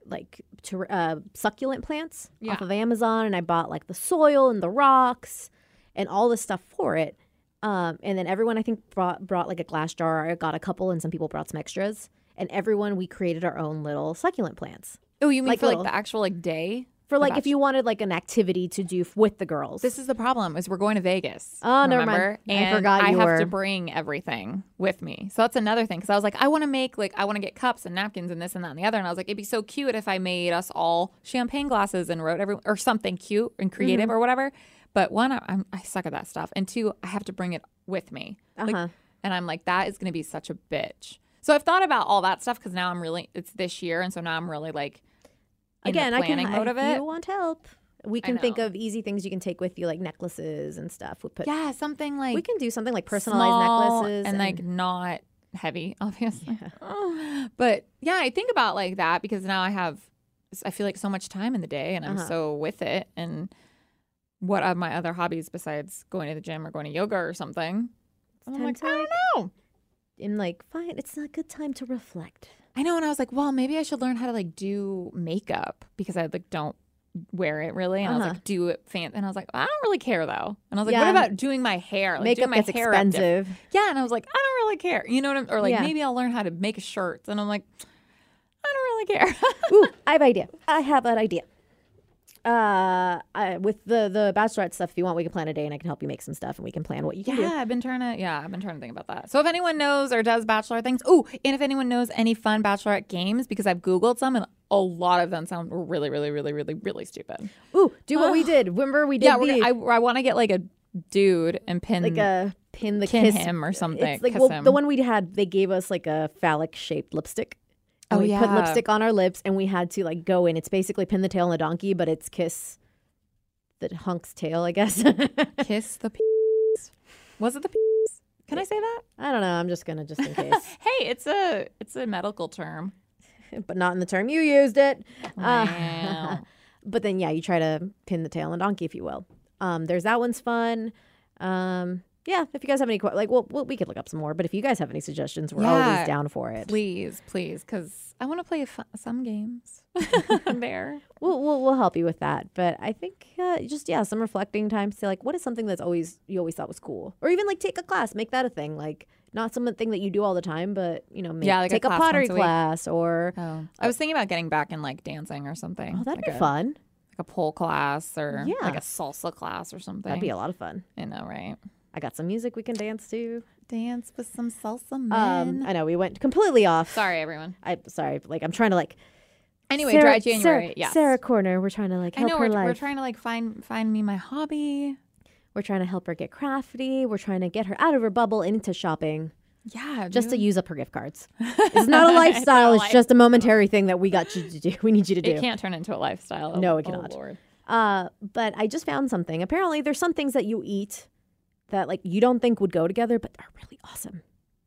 like ter- uh, succulent plants Yeah. off of Amazon, and I bought like the soil and the rocks and all this stuff for it. Um, and then everyone I think brought brought like a glass jar. I got a couple, and some people brought some extras. And everyone we created our own little succulent plants oh, you mean like for little- like the actual like day? for The like if you wanted like an activity to do f- with the girls. This is the problem: is we're going to Vegas. Oh, never mind. remember? I And forgot I you have were- to bring everything with me, so that's another thing. Because I was like, I want to make like I want to get cups and napkins and this and that and the other, and I was like, it'd be so cute if I made us all champagne glasses and wrote every or something cute and creative Mm-hmm. or whatever. But one, I, I'm, I suck at that stuff, and two, I have to bring it with me. Like, Uh-huh. and I'm like, that is going to be such a bitch. So I've thought about all that stuff because now I'm really it's this year, and so now I'm really like in the Again, I can planning mode if of it. you want help, we I can think know. of easy things you can take with you, like necklaces and stuff. We put yeah, something like we can do something like personalized small necklaces and, like not heavy, obviously. But yeah, I think about like that because now I have, I feel like so much time in the day, and I'm Uh-huh. so with it. And what are my other hobbies besides going to the gym or going to yoga or something? And I'm time like, to, I like- don't know. and like fine, it's a good time to reflect. I know, and I was like, well, maybe I should learn how to like do makeup because I like don't wear it really, and I Uh-huh. was like, do it fan, and I was like, I don't really care though, and I was like, Yeah. what about doing my hair? Like, doing Makeup Oh, my gets hair up different. expensive. Yeah, and I was like, I don't really care. You know what I'm or like Yeah. maybe I'll learn how to make shirts. And I'm like, I don't really care. Ooh, I have an idea. I have an idea. Uh, I, with the the bachelorette stuff, if you want, we can plan a day, and I can help you make some stuff, and we can plan what you can do. yeah, I've been trying to yeah, I've been trying to think about that. So if anyone knows or does bachelor things, oh, and if anyone knows any fun bachelorette games, because I've Googled some and a lot of them sound really, really, really, really, really stupid. Ooh, do what we did. Remember we did Yeah, the, we're, gonna- I, I want to get like a dude and pin like a pin the pin kiss him or something. It's like kiss well, him. the one we had, they gave us like a phallic shaped lipstick. And Oh, we put yeah. lipstick on our lips and we had to like go in. It's basically pin the tail on the donkey, but it's kiss the hunk's tail, I guess. I don't kiss the p- was it the p- can I say that? know. I'm just gonna just in case, Hey, it's a it's a medical term. but not in the term you used it. Uh, Wow. But then yeah, you try to pin the tail on donkey, if you will. Um, there's that one's fun. Um, yeah, if you guys have any que- like, well, well, we could look up some more. But if you guys have any suggestions, we're Yeah. always down for it. Please, please, because I want to play f- some games there. We'll, we'll we'll help you with that. But I think uh, just yeah, some reflecting time. Say like, what is something that's always you always thought was cool, or even like take a class, make that a thing. Like not something that you do all the time, but you know, make, Yeah, like a take a, class pottery once a week. class or Oh, I was thinking about getting back in like dancing or something. oh, that'd like be a, fun. Like a pole class or Yeah. like a salsa class or something. That'd be a lot of fun. I know, right? I got some music we can dance to. Dance with some salsa men. Um, I know we went completely off. Sorry, everyone. I'm sorry. Like I'm trying to like Anyway, Sarah, dry Sarah, January. yes. Sarah Corner. We're trying to like I help know her we're, life. we're trying to like find find me my hobby. we're trying to help her get crafty. We're trying to get her out of her bubble into shopping. Yeah, just really- to use up her gift cards. It's not a lifestyle. it's, just a momentary thing that we got you to do. We need you to it do. can't turn into a lifestyle. No, Oh, it cannot. Oh, Lord. Uh, but I just found something. Apparently, there's some things that you eat that like you don't think would go together, but are really awesome.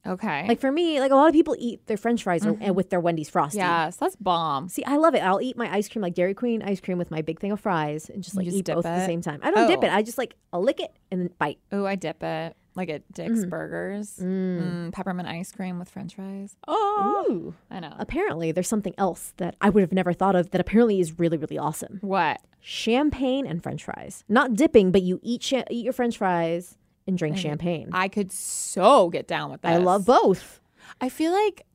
Okay. Mm-hmm. Like for me, like a lot of people eat their French fries or- and with their Wendy's frosty. yes, that's bomb. See, I love it. I'll eat my ice cream like Dairy Queen ice cream with my big thing of fries and just You like just eat dip both at the it? same time. I don't dip Oh. it. I just like I'll lick it and then bite. Oh, I dip it like at Dick's Mm-hmm. Burgers. Mm. peppermint ice cream with French fries. Oh, Ooh. I know. Apparently, there's something else that I would have never thought of that apparently is really really awesome. What? champagne and french fries. Not dipping, but you eat cha- eat your french fries and drink champagne. I, I could so get down with that. love both. I feel like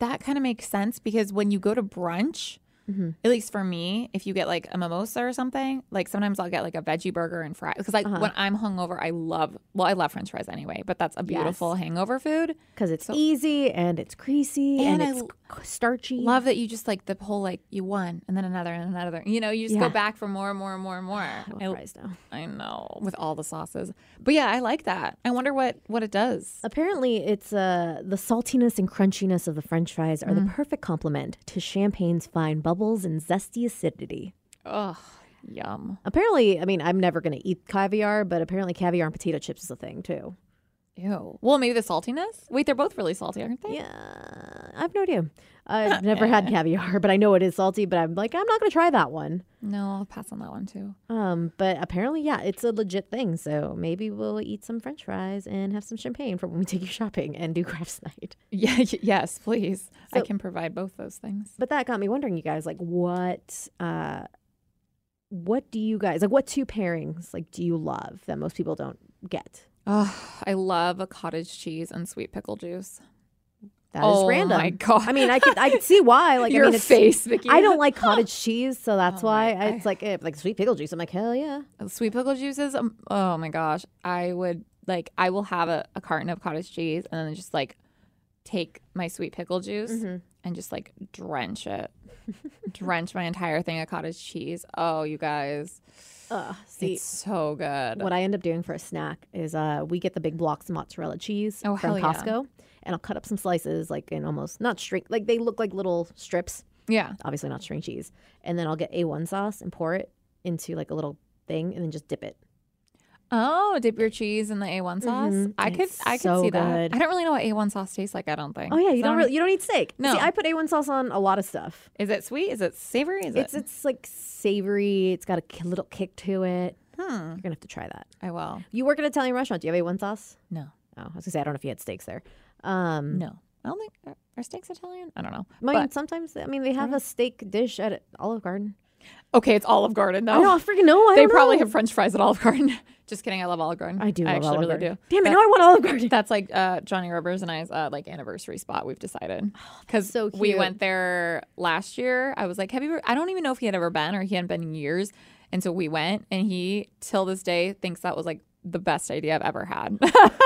that kind of makes sense because when you go to brunch, Mhm. At least for me, if you get like a mimosa or something, like sometimes I'll get like a veggie burger and fries because like Uh-huh. when I'm hungover, I love well, I love French fries anyway, but that's a beautiful hangover food. because it's So- easy and it's greasy and, And I it's l- c- starchy. Love that you just like the whole like you one and then another and another. You know, you just Yeah. go back for more and more and more and more. I want I, fries now. I know with all the sauces, but yeah, I like that. I wonder what what it does. Apparently, it's uh, the saltiness and crunchiness of the French fries Mm-hmm. are the perfect complement to champagne's fine bubbles and zesty acidity. Ugh, yum. Apparently, I mean, I'm never going to eat caviar, but apparently, caviar and potato chips is a thing too. Ew. Well, maybe the saltiness. Wait, they're both really salty, aren't they? Yeah, I have no idea. I've never had caviar, but I know it is salty. But I'm like, I'm not going to try that one. No, I'll pass on that one too. Um, but apparently, yeah, it's a legit thing. So maybe we'll eat some French fries and have some champagne for when we take you shopping and do crafts night. Yeah. y- Yes, please. I So- can provide both those things. But that got me wondering, you guys, like what, uh, what do you guys like? What two pairings like do you love that most people don't get? Ugh, I love a cottage cheese and sweet pickle juice. That is Oh random. my God. I mean, I could I could see why. Like Your I mean, it's, face, Vicky. I don't like cottage cheese, so that's Oh why my- I, it's like eh, like sweet pickle juice. I'm like hell yeah. sweet pickle juices. Um, oh my gosh, I would like. I will have a, a carton of cottage cheese and then just like take my sweet pickle juice Mm-hmm. and just like drench it, drench my entire thing of cottage cheese. Oh, you guys, Ugh, see, it's so good. what I end up doing for a snack is uh, we get the big blocks of mozzarella cheese Oh, from hell yeah. Costco, and I'll cut up some slices like in almost not string like they look like little strips. yeah. obviously not string cheese. And then I'll get A1 sauce and pour it into like a little thing and then just dip it. Oh, dip your cheese in the A1 sauce. Mhm. I could, It's I could so see that. good. I don't really know what A1 sauce tastes like. I don't think. Oh yeah, you So don't really you don't eat steak. No. See, I put A1 sauce on a lot of stuff. Is it sweet? Is it savory? Is It's it? it's like savory, it's got a k- little kick to it. hmm. You're going to have to try that. I will. You work at an Italian restaurant, do you have A1 sauce? No, Oh, I was going to say I don't know if you had steaks there. Um no. I don't think are, are steaks Italian. I don't know. I mean, But, sometimes I mean they have a steak dish at Olive Garden. okay, it's Olive Garden though. I don't freaking know. I Oh. they don't probably know. have French fries at Olive Garden. Just kidding. I love Olive Garden. I do. I love actually Olive really Garden. do. Damn it! That- Now I want Olive Garden. That's like uh, Johnny Rivers and I's uh, like anniversary spot. We've decided because Oh, so we cute. went there last year. I was like, "Have you?" Ever? I don't even know if he had ever been or he hadn't been in years. And so we went, and he till this day thinks that was like the best idea I've ever had.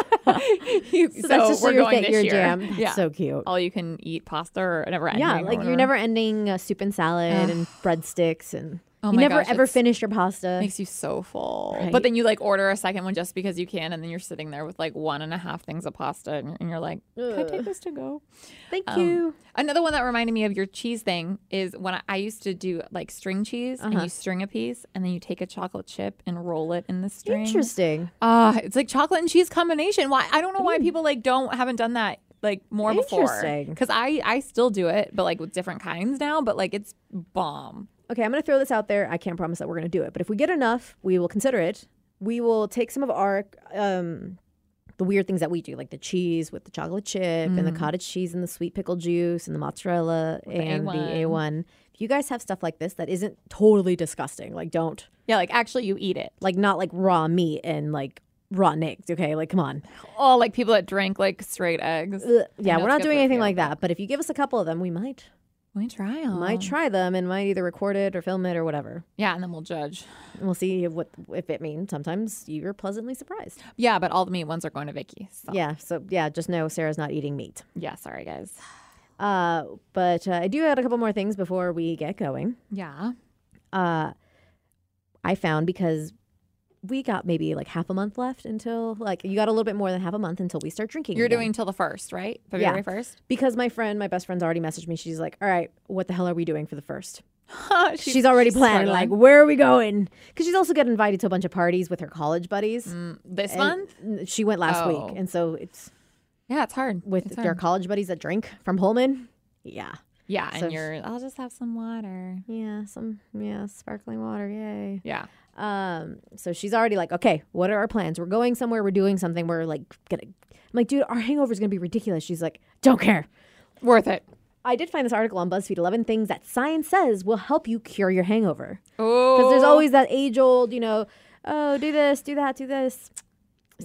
He- so, that's just we're your, thing, going this your year. jam. That's Yeah, so cute. all you can eat pasta or never ending. Yeah, or like whatever. you're never ending uh, soup and salad and breadsticks, and Oh you my never gosh, ever it's- finish your pasta. makes you so full. Right. But then you like order a second one just because you can, and then you're sitting there with like one and a half things of pasta, and you're, and you're like, "Can I Ugh. take this to go?" Thank Um, you. Another one that reminded me of your cheese thing is when I, I used to do like string cheese, and Uh-huh. you string a piece, and then you take a chocolate chip and roll it in the string. Interesting. Ah, it's like chocolate and cheese combination. Why I don't know why people like don't haven't done that like more before. Hmm. Interesting. Because I I still do it, but like with different kinds now. But like it's bomb. Okay, I'm gonna throw this out there. I can't promise that we're gonna do it, but if we get enough, we will consider it. We will take some of our um, the weird things that we do, like the cheese with the chocolate chip and the Mm. cottage cheese and the sweet pickle juice and the mozzarella and the A1. If you guys have stuff like this that isn't totally disgusting, like don't Yeah, like actually you eat it. like not like raw meat and like rotten eggs. Okay, like come on. Oh, like people that drink like straight eggs. Ugh. yeah, know we're it's not good doing for anything you, like that. But if you give us a couple of them, we might We try them. might try them and might either record it or film it or whatever. Yeah, and then we'll judge. And we'll see what if it means. Sometimes you're pleasantly surprised. Yeah, but all the meat ones are going to Vicky. So. Yeah. Yeah. So yeah, just know Sarah's not eating meat. sorry guys. Uh, but uh, I do add a couple more things before we get going. Yeah. Uh, I found because we got maybe like half a month left until like you got a little bit more than half a month until we start drinking. You're again. doing till the first, right? February first. because my friend, my best friend's already messaged me. She's like, "All right, what the hell are we doing for the first? she's, already planning like where are we going because she's also got invited to a bunch of parties with her college buddies this And month. n- she went last Oh. week and so it's Yeah, it's hard with It's their hard. college buddies that drink from holman yeah Yeah, so- and you're. I'll just have some water. yeah some yeah sparkling water yay Yeah. um so she's already like okay what are our plans we're going somewhere we're doing something we're like gonna i'm like dude our hangover's gonna be ridiculous she's like don't care Worth it. i did find this article on buzzfeed 11 things that science says will help you cure your hangover Oh, because there's always that age old, you know, oh, do this, do that, do this.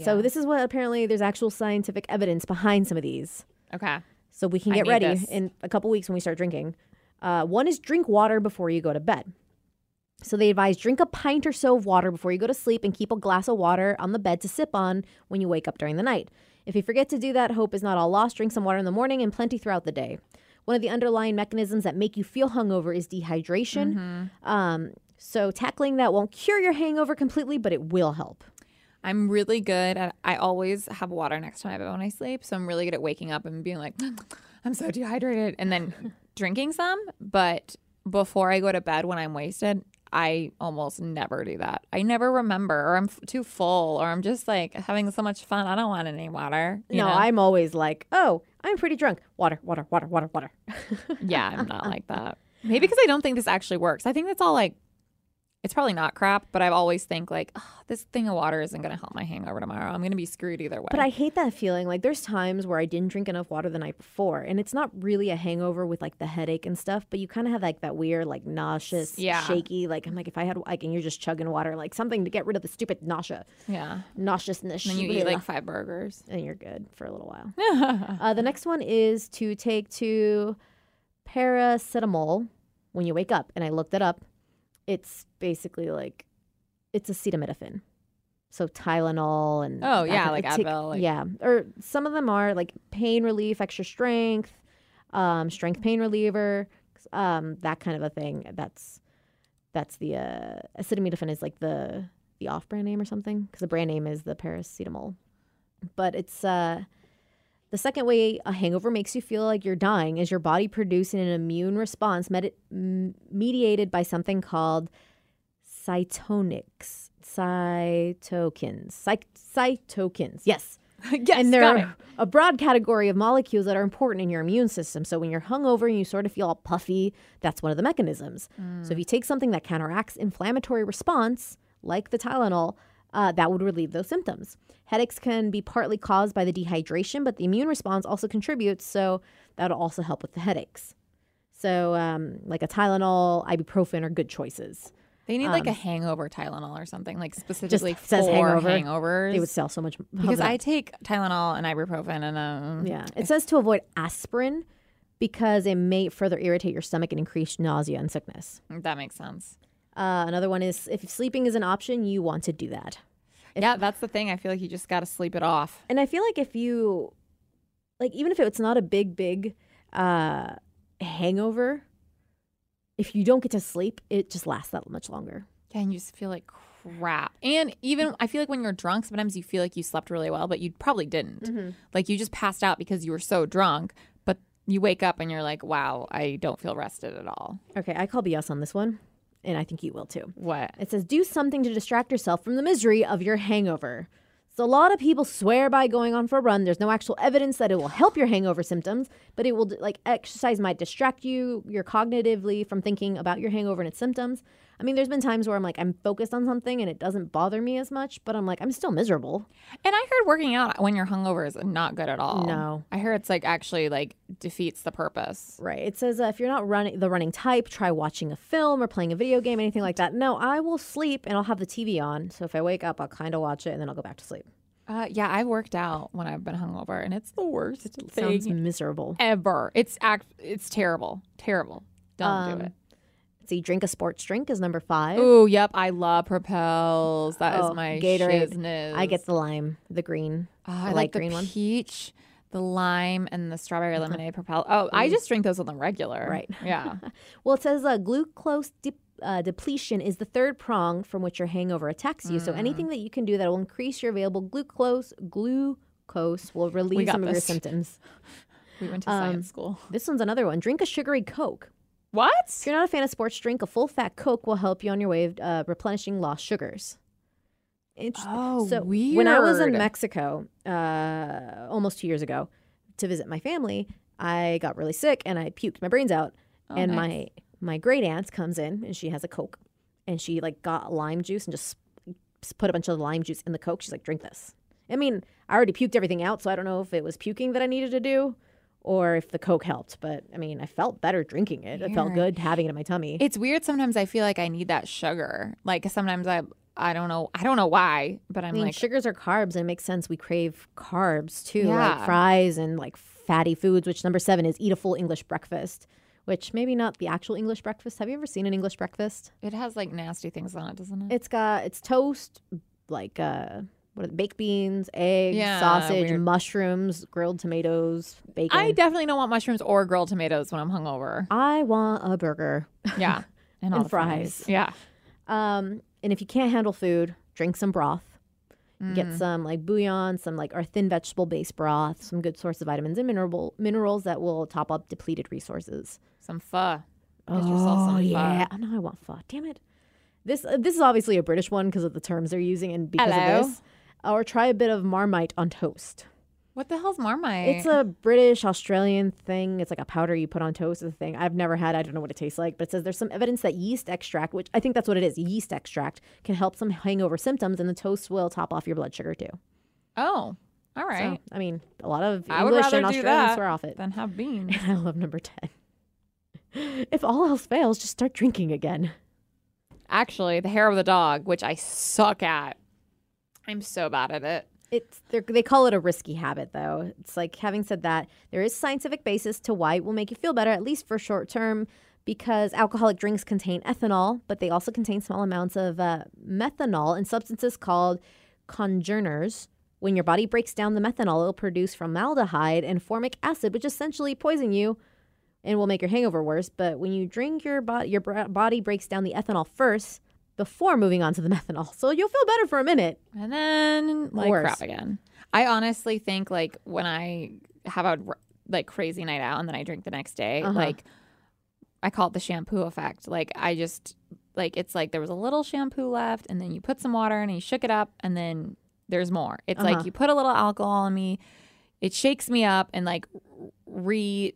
So Yeah. this is what apparently there's actual scientific evidence behind some of these. okay. So we can I get need ready this. in a couple weeks when we start drinking. Uh, one is drink water before you go to bed. So they advise drink a pint or so of water before you go to sleep and keep a glass of water on the bed to sip on when you wake up during the night. If you forget to do that, hope is not all lost. Drink some water in the morning and plenty throughout the day. One of the underlying mechanisms that make you feel hungover is dehydration. Mm-hmm. Um, so tackling that won't cure your hangover completely, but it will help. I'm really good at, I always have water next to my bed when I sleep. So I'm really good at waking up and being like, I'm so dehydrated. And then drinking some. But before I go to bed when I'm wasted, I almost never do that. I never remember, or I'm f- too full, or I'm just like having so much fun. I don't want any water. you no, know? I'm always like, oh, I'm pretty drunk. Water, water, water, water, water. yeah, I'm not like that. Maybe because I don't think this actually works. I think that's all like, it's probably not crap, but I always think like, oh, this thing of water isn't going to help my hangover tomorrow. I'm going to be screwed either way. But I hate that feeling. Like there's times where I didn't drink enough water the night before, and it's not really a hangover with like the headache and stuff, but you kind of have like that weird, like nauseous, Yeah. shaky. Like I'm like, if I had like, and you're just chugging water, like something to get rid of the stupid nausea, yeah. nauseousness. And then you eat like five burgers. and you're good for a little while. Uh, the next one is to take two paracetamol when you wake up, and I looked it up. It's basically like it's acetaminophen, so Tylenol and Oh, yeah, kind- like it take- Advil, like- yeah, or some of them are like pain relief, extra strength, um, strength pain reliever, um, that kind of a thing. That's that's the uh, acetaminophen is like the the off brand name or something because the brand name is the paracetamol, but it's uh. The second way a hangover makes you feel like you're dying is your body producing an immune response medi- m- mediated by something called cytonics, cytokines, Psych- cytokines. Yes, yes, and got it. they're a broad category of molecules that are important in your immune system. So when you're hungover and you sort of feel all puffy, that's one of the mechanisms. So if you take something that counteracts inflammatory response, like the Tylenol, uh, that would relieve those symptoms. Headaches can be partly caused by the dehydration, but the immune response also contributes. So that'll also help with the headaches. So um, like a Tylenol, ibuprofen are good choices. They need like a hangover Tylenol or something, like specifically for Um, says hangover. hangovers. They would sell so much of because that. I take Tylenol and ibuprofen, and um, Yeah. It says to avoid aspirin because it may further irritate your stomach and increase nausea and sickness. that makes sense. Uh, another one is if sleeping is an option, you want to do that. yeah, that's the thing. I feel like you just got to sleep it off. And I feel like if you, like, even if it's not a big, big uh, hangover, if you don't get to sleep, it just lasts that much longer. Yeah, and you just feel like crap. And even I feel like when you're drunk, sometimes you feel like you slept really well, but you probably didn't. Mm-hmm. Like you just passed out because you were so drunk. But you wake up and you're like, wow, I don't feel rested at all. Okay, I call BS on this one, and I think you will too. What? It says, do something to distract yourself from the misery of your hangover. So, a lot of people swear by going on for a run. There's no actual evidence that it will help your hangover symptoms, but it will, like, exercise might distract you, you're cognitively from thinking about your hangover and its symptoms. I mean, there's been times where I'm like, I'm focused on something and it doesn't bother me as much, but I'm like, I'm still miserable. And I heard working out when you're hungover is not good at all. No. I heard it's like actually like defeats the purpose. Right. It says uh, if you're not running the running type, try watching a film or playing a video game, anything like that. No, I will sleep and I'll have the TV on. So, if I wake up, I'll kind of watch it and then I'll go back to sleep. Uh, yeah, I've worked out when I've been hungover, and it's the worst thing Sounds miserable. ever. It's act. It's terrible. Terrible. Don't Um, do it. See, drink a sports drink is number five. Ooh, yep. I love propels. That is Oh, my Gatorade. shizness. I get the lime, the green, Oh, I the like light the green one. Uh-huh. peach, the lime, and the strawberry lemonade propel. Oh, I just drink those on the regular. Mm. Right. Yeah. Well, it says uh, glucose dep uh, depletion is the third prong from which your hangover attacks you. So Mm. anything that you can do that will increase your available glucose, glucose will relieve got some of your this. symptoms. we went to Um, science school. This one's another one. Drink a sugary Coke. If What? you're not a fan of sports drink, a full fat Coke will help you on your way of uh, replenishing lost sugars. Interesting. Oh, so when I was in weird. Mexico uh, almost two years ago to visit my family, I got really sick and I puked my brains out. Oh, and my my great aunt comes in and she has a Coke and she like got lime juice and just s- s- put a bunch of lime juice in the Coke. She's like, drink this. I mean, I already puked everything out, so I don't know if it was puking that I needed to do or if the Coke helped. But I mean, I felt better drinking it. It felt good having it in my tummy. It's weird. Sometimes I feel like I need that sugar. Like sometimes I, I don't know, I don't know why, but I'm I mean, like, sugars are carbs, and it makes sense. We crave carbs too, Yeah. like fries and like fatty foods. Which number seven is eat a full English breakfast, which maybe not the actual English breakfast. Have you ever seen an English breakfast? It has like nasty things on it, doesn't it? It's got it's toast, like uh, what are the, baked beans, eggs, Yeah, sausage, weird. mushrooms, grilled tomatoes, bacon. I definitely don't want mushrooms or grilled tomatoes when I'm hungover. I want a burger. Yeah. And, all And the fries. fries. Yeah. Um, and if you can't handle food, drink some broth. Get some like bouillon, some like our thin vegetable based broth, some good source of vitamins and mineral minerals that will top up depleted resources. Some pho. Get yourself some Oh, yeah, pho. I know I want pho. Damn it. This uh, this is obviously a British one because of the terms they're using and because Hello. of this. Or try a bit of Marmite on toast. What the hell's Marmite? It's a British Australian thing. It's like a powder you put on toast. It's a thing I've never had. I don't know what it tastes like, but it says there's some evidence that yeast extract, which I think that's what it is, yeast extract can help some hangover symptoms, and the toast will top off your blood sugar too. oh, all So, right. I mean, a lot of I would English rather and do Australians that swear off it. Then have beans. And I love number ten. If all else fails, just start drinking again. Actually, the hair of the dog, which I suck at. I'm so bad at it. It's they're- they call it a risky habit, though. It's like having said that, there is scientific basis to why it will make you feel better, at least for short term, because alcoholic drinks contain ethanol, but they also contain small amounts of uh, methanol and substances called congeners. When your body breaks down the methanol, it'll produce formaldehyde and formic acid, which essentially poison you and will make your hangover worse. But when you drink, your body your br- body breaks down the ethanol first before moving on to the methanol, so you'll feel better for a minute. And then like Worse. crap again. I honestly think like when I have a r- like crazy night out and then I drink the next day, Uh-huh. like I call it the shampoo effect. Like I just like it's like there was a little shampoo left and then you put some water in and you shook it up and then there's more. It's Uh-huh. like you put a little alcohol in me, it shakes me up and like re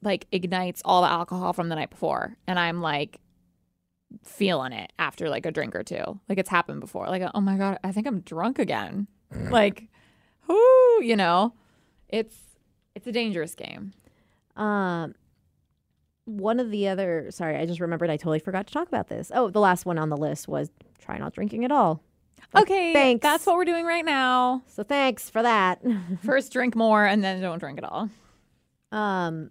like ignites all the alcohol from the night before and i'm like feeling it after like a drink or two like it's happened before like oh my god i think i'm drunk again like whoo you know it's it's a dangerous game Um, one of the other, sorry, I just remembered I totally forgot to talk about this. Oh, the last one on the list was try not drinking at all. okay thanks. Mm-hmm. that's what we're doing right now So thanks for that. first drink more and then don't drink at all Um,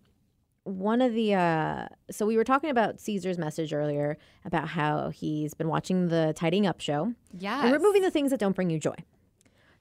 one of the, uh, so we were talking about Caesar's message earlier about how he's been watching the Tidying Up show. yeah and removing the things that don't bring you joy.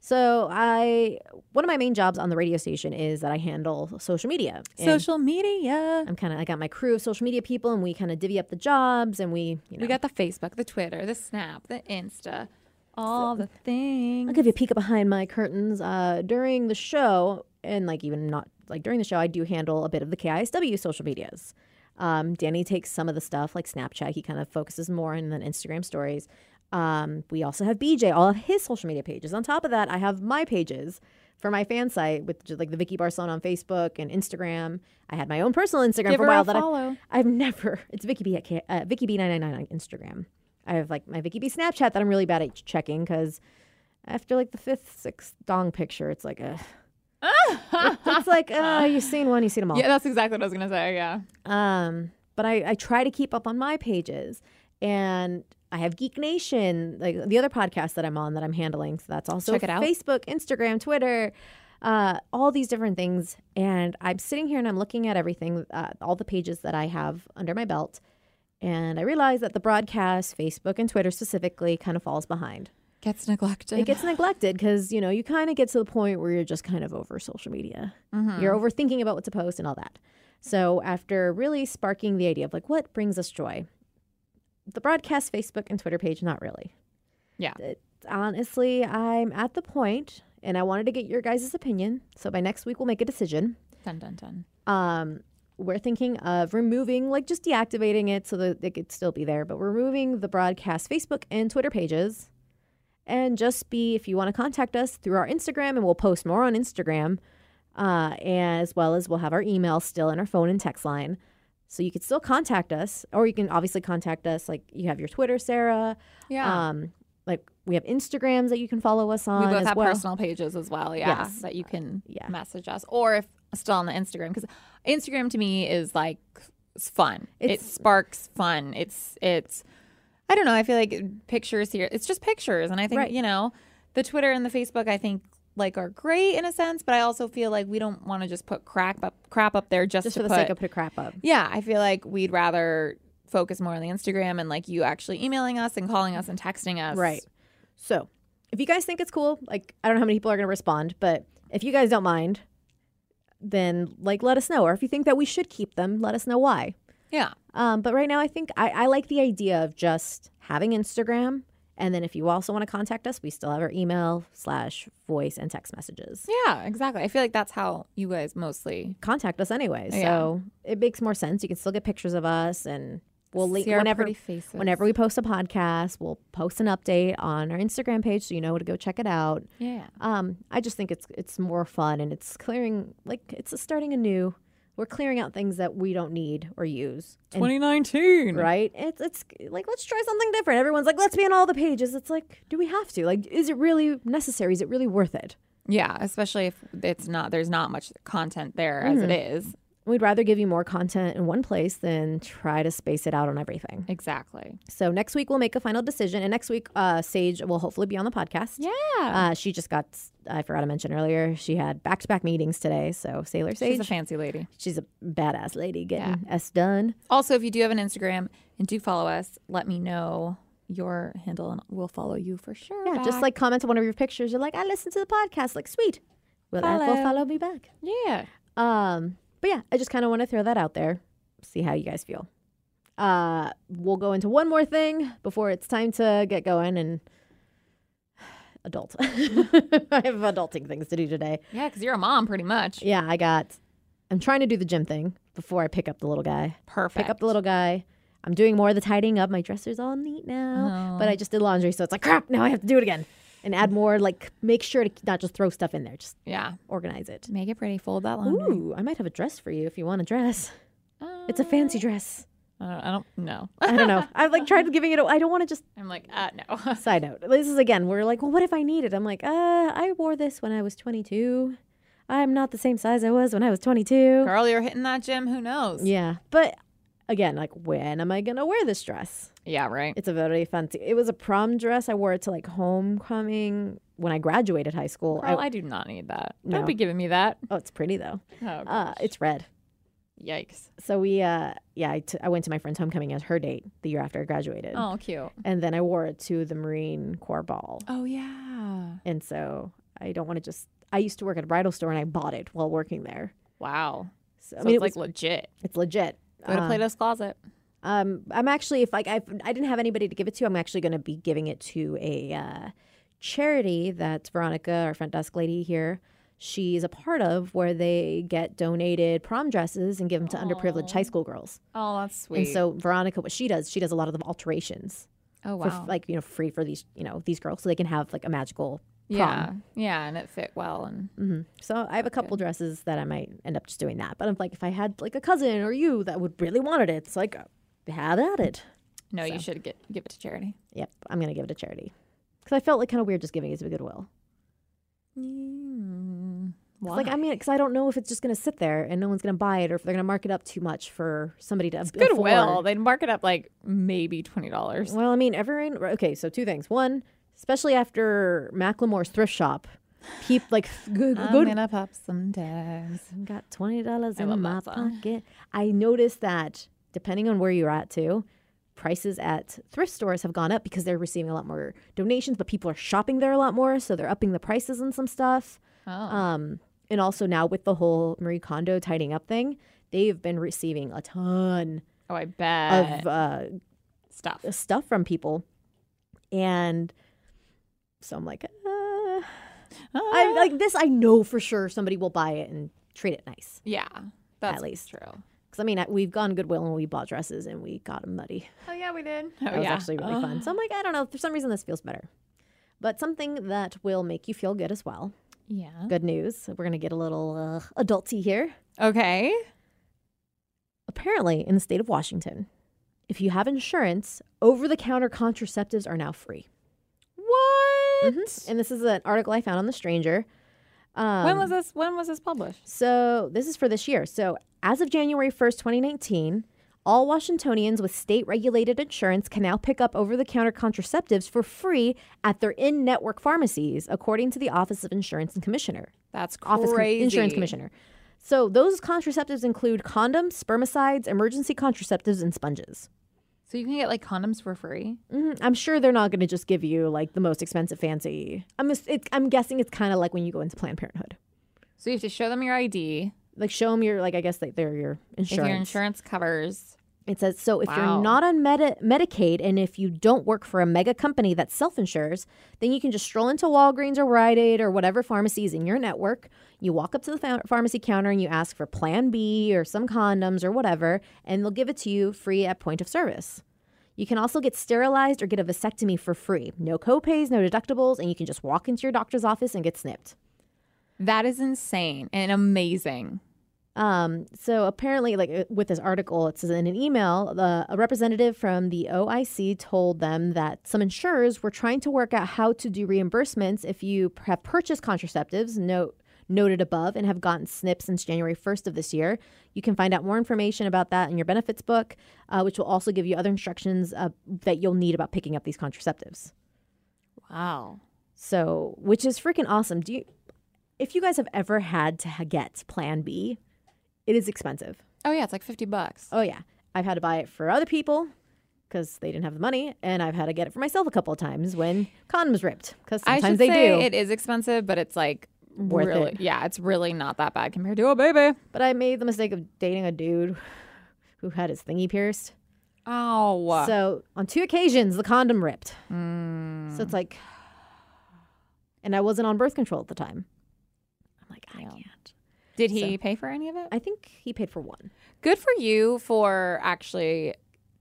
So I, one of my main jobs on the radio station is that I handle social media. and social media I'm kind of, I got my crew of social media people and we kind of divvy up the jobs and we, you know. we got the facebook the twitter the snap the insta all the things I'll give you a peek behind my curtains. Uh, during the show, and like even not like during the show, I do handle a bit of the KISW social medias. Um, Danny takes some of the stuff like Snapchat. He kind of focuses more on then Instagram stories. Um, we also have BJ, all of his social media pages. On top of that, I have my pages for my fan site with just like the Vicky Barcelona on Facebook and Instagram. I had my own personal Instagram Give for a her while a that I, follow. I've never. It's Vicky B at K, uh, Vicky B nine nine nine on Instagram. I have like my Vicky B Snapchat that I'm really bad at checking because after like the fifth, sixth dong picture, it's like a. it's like uh, you've seen one, you've seen them all. yeah that's exactly what i was gonna say yeah Um, but I, I try to keep up on my pages, and I have Geek Nation, like the other podcast that I'm on that I'm handling. So that's also Check it out. Facebook, Instagram, Twitter, uh, all these different things. And I'm sitting here and I'm looking at everything, uh, all the pages that I have under my belt, and I realize that the broadcast, Facebook and Twitter specifically, kind of falls behind. gets neglected It gets neglected because you know you kind of get to the point where you're just kind of over social media. Mhm. You're overthinking about what to post and all that. So after really sparking the idea of like what brings us joy, the broadcast Facebook and Twitter page, not really. Yeah. It- honestly, I'm at the point, and I wanted to get your guys' opinion. So by next week, we'll make a decision. Dun dun dun. Um, we're thinking of removing, like just deactivating it so that it could still be there, but we're removing the broadcast Facebook and Twitter pages. And just be, if you want to contact us through our Instagram, and we'll post more on Instagram, uh, as well as we'll have our email still and our phone and text line. So you could still contact us, or you can obviously contact us. Like you have your Twitter, Sarah. Yeah. Um, like we have Instagrams that you can follow us on we both as have well. personal pages as well. Yeah. Yes. That you can yeah. message us or if still on the Instagram because Instagram to me is like it's fun. it It's- sparks fun. It's it's I don't know. I feel like pictures here. It's just pictures, and I think Right. you know the Twitter and the Facebook. I think like are great in a sense, but I also feel like we don't want to just put crap up crap up there just, just to for the put, sake of put a crap up. Yeah, I feel like we'd rather focus more on the Instagram and like you actually emailing us and calling us and texting us. Right. So, if you guys think it's cool, like I don't know how many people are going to respond, but if you guys don't mind, then like let us know. Or if you think that we should keep them, let us know why. Yeah. Um, but right now, I think I, I like the idea of just having Instagram, and then if you also want to contact us, we still have our email slash voice and text messages. Yeah, exactly. I feel like that's how you guys mostly Contact us anyway, so it makes more sense. You can still get pictures of us, and we'll link see our whenever pretty faces. whenever we post a podcast. We'll post an update on our Instagram page, so you know to go check it out. Yeah. Um, I just think it's it's more fun and it's clearing like it's starting anew. We're clearing out things that we don't need or use. And- 2019. right? It's it's like let's try something different. Everyone's like, let's be on all the pages. It's like, do we have to? Like, is it really necessary? Is it really worth it? Yeah, especially if it's not there's not much content there as it is. We'd rather give you more content in one place than try to space it out on everything. Exactly. So next week we'll make a final decision, and next week uh, Sage will hopefully be on the podcast. Yeah. Uh, she just got, I forgot to mention earlier, she had back to back meetings today. So, Sailor Sage, She's a fancy lady. she's a badass lady getting us done. Also, if you do have an Instagram and do follow us, let me know your handle and we'll follow you for sure. Yeah, just back. like comment on one of your pictures. You're like, I listened to the podcast. Like, sweet. Will follow. Follow. follow me back? Yeah. Um, but yeah, I just kind of want to throw that out there. See how you guys feel. Uh, we'll go into one more thing before it's time to get going and adult. I have adulting things to do today. Yeah, because you're a mom pretty much. Yeah, I got. I'm trying to do the gym thing before I pick up the little guy. Perfect. Pick up the little guy. I'm doing more of the tidying up. My dresser's all neat Oh, now, Uh-huh. but I just did laundry, so it's like crap. Now I have to do it again and add more. Like, make sure to not just throw stuff in there. Just yeah. organize it. Make it pretty. Fold that laundry. Ooh, I might have a dress for you if you want a dress. Uh, It's a fancy dress. I don't, I don't know. I don't know. I've like tried giving it. a- I don't want to just. I'm like, uh, no. Side note. This is again. We're like, well, what if I need it? I'm like, uh, I wore this when I was 22. I'm not the same size I was when I was 22. Girl, you're hitting that gym. Who knows? Yeah, but again, like, when am I gonna wear this dress? Yeah, right. It's a very fancy. It was a prom dress. I wore it to like homecoming when I graduated high school. I- Girl, I, do not need that. No. Don't be giving me that. oh, it's pretty though. Oh, Uh, gosh. it's red. Yikes. So we, uh, yeah, I, t- I went to my friend's homecoming as her date the year after I graduated. Oh, cute. and then I wore it to the Marine Corps ball. Oh, yeah. And so I don't want to just. I used to work at a bridal store and I bought it while working there. Wow. So, I So mean, it's it like was, legit. Uh-huh. it's legit. Go to Uh, Plato's Closet. um, I'm actually if like I've, I didn't have anybody to give it to, I'm actually going to be giving it to a uh, charity that Veronica, our front desk lady here, she's a part of, where they get donated prom dresses and give them to underprivileged high school girls. Oh, that's sweet. And so Veronica, what she does, she does a lot of the alterations oh, for wow. like you know free for these you know these girls, so they can have like a magical prom. yeah. Yeah. And it fit well. And Mhm. So I have a couple dresses that I might end up just doing that. But I'm like, if I had like a cousin or you that would really wanted it, it's like, have at it. no, you should get, give it to charity. Yep, I'm gonna give it to charity because I felt like kind of weird just giving it to Goodwill. Mm, 'Cause, why? Like I mean, because I don't know if it's just gonna sit there and no one's gonna buy it, or if they're gonna mark it up too much for somebody to afford. Goodwill. They'd mark it up like maybe $20. Well, I mean, everyone. Okay, so two things. One, especially after Macklemore's thrift shop, peep like good, I'm good going to pop some tags. Um, Got twenty dollars in love my that song. pocket. I noticed that depending on where you're at too, prices at thrift stores have gone up because they're receiving a lot more donations, but people are shopping there a lot more, so they're upping the prices on some stuff. Oh. Um, and also now with the whole Marie Kondo tidying up thing, they've been receiving a ton oh, I bet. of uh, stuff. stuff from people, and so I'm like, uh, Uh-huh. I'm like this. I know for sure somebody will buy it and treat it nice. Yeah, that's least. true. Because I mean, I- we've gone Goodwill and we bought dresses and we got them muddy. Oh yeah, we did. Oh That was yeah, actually really fun. So I'm like, I don't know. For some reason, this feels better. But something that will make you feel good as well. yeah. Good news. We're going to get a little uh, adulty here. Okay. Apparently, in the state of Washington, if you have insurance, over the counter contraceptives are now free. Mm-hmm. What? And this is an article I found on The Stranger. Um, when was this? When was this published? So this is for this year. So as of January 1st, 2019, All Washingtonians with state regulated insurance can now pick up over the counter contraceptives for free at their in network pharmacies, according to the Office of Insurance and Commissioner. That's crazy. Office Com- Insurance Commissioner. So those contraceptives include condoms, spermicides, emergency contraceptives, and sponges. So you can get like condoms for free. Mhm. I'm sure they're not going to just give you like the most expensive fancy. I'm just, it's, I'm guessing it's kind of like when you go into Planned Parenthood. So you have to show them your ID Like show them your like I guess like they're your if your insurance covers. It says so if Wow. you're not on Medi- Medicaid and if you don't work for a mega company that self insures, then you can just stroll into Walgreens or Rite Aid or whatever pharmacy is in your network. You walk up to the ph- pharmacy counter and you ask for Plan B or some condoms or whatever, and they'll give it to you free at point of service. You can also get sterilized or get a vasectomy for free. No copays, no deductibles, and you can just walk into your doctor's office and get snipped. That is insane and amazing. Um, so apparently, like uh, with this article, it says in an email, the, a representative from the OIC told them that some insurers were trying to work out how to do reimbursements if you p- have purchased contraceptives, note noted above, and have gotten SNP since January 1st of this year. You can find out more information about that in your benefits book, uh, which will also give you other instructions uh, that you'll need about picking up these contraceptives. Wow. So, which is freaking awesome. Do you, if you guys have ever had to ha- get Plan B, it is expensive. Oh yeah, it's like fifty bucks. Oh yeah, I've had to buy it for other people because they didn't have the money, and I've had to get it for myself a couple of times when condoms ripped because I sometimes should they say do. it is expensive, but it's like Worth really, it. Yeah, it's really not that bad compared to oh baby. but I made the mistake of dating a dude who had his thingy pierced. Oh, So on two occasions, the condom ripped. Mm. So it's like, and I wasn't on birth control at the time. I'm like, I can't. did he pay for any of it? I think he paid for one. Good for you for actually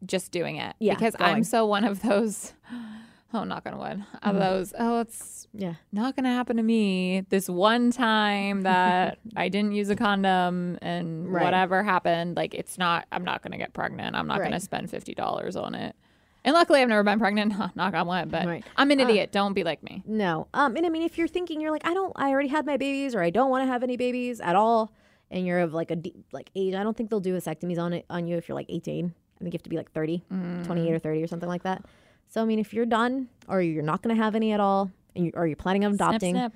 just doing it. Yeah, because going. I'm so one of those. Oh, knock on wood. Mm-hmm. Of those. Oh, it's Yeah. not gonna happen to me. This one time that I didn't use a condom and Right. whatever happened, like it's not. I'm not gonna get pregnant. I'm not gonna Right. spend fifty dollars on it. And luckily, I've never been pregnant. Knock on wood. But Right. Uh, I'm an idiot. Don't be like me. No. Um, and I mean, if you're thinking you're like, I don't, I already had my babies, or I don't want to have any babies at all, and you're of like a deep, like age, I don't think they'll do vasectomies on it on you if you're like 18. I think you have to be like 30, Mm-hmm. 28 or 30 or something like that. So I mean, if you're done or you're not going to have any at all, and you, or you're planning on adopting, Mm-hmm.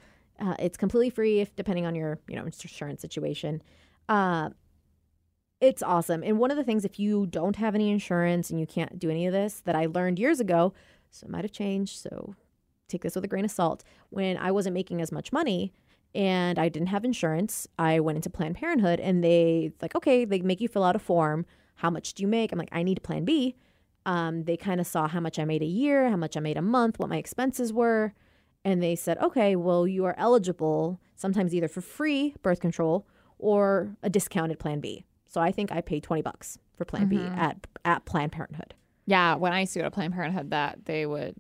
snip. Uh, it's completely free if depending on your you know insurance situation. Uh, it's awesome. And one of the things, if you don't have any insurance and you can't do any of this, that I learned years ago, so it might have changed. So take this with a grain of salt. When I wasn't making as much money and I didn't have insurance, I went into Planned Parenthood and they like, okay, they make you fill out a form. How much do you make? I'm like, I need Plan B. Um, they kind of saw how much I made a year, how much I made a month, what my expenses were. And they said, okay, well, you are eligible sometimes either for free birth control or a discounted Plan B. So I think I paid 20 bucks for Plan Mm-hmm. B at, at Planned Parenthood. Yeah, when I used to go to Planned Parenthood, that they would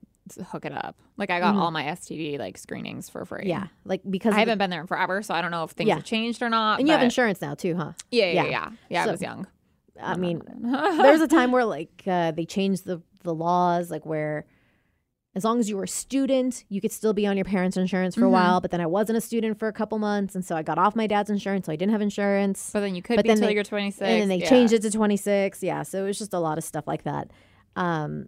hook it up. Like I got all my STD like screenings for free. Mm-hmm. Yeah. Like because of I the- haven't been there in forever, so I don't know if things Yeah. have changed or not. and you have but- insurance now too, huh? Yeah, yeah, yeah. yeah. Yeah, I So- was young. I mean, there was a time where like uh, they changed the the laws, like where as long as you were a student, you could still be on your parents' insurance Mm-hmm. for a while. But then I wasn't a student for a couple months, and so I got off my dad's insurance, so I didn't have insurance. But then you could But be then until they- you're 26. and then they yeah. changed it to 26. Yeah, so it was just a lot of stuff like that. Um,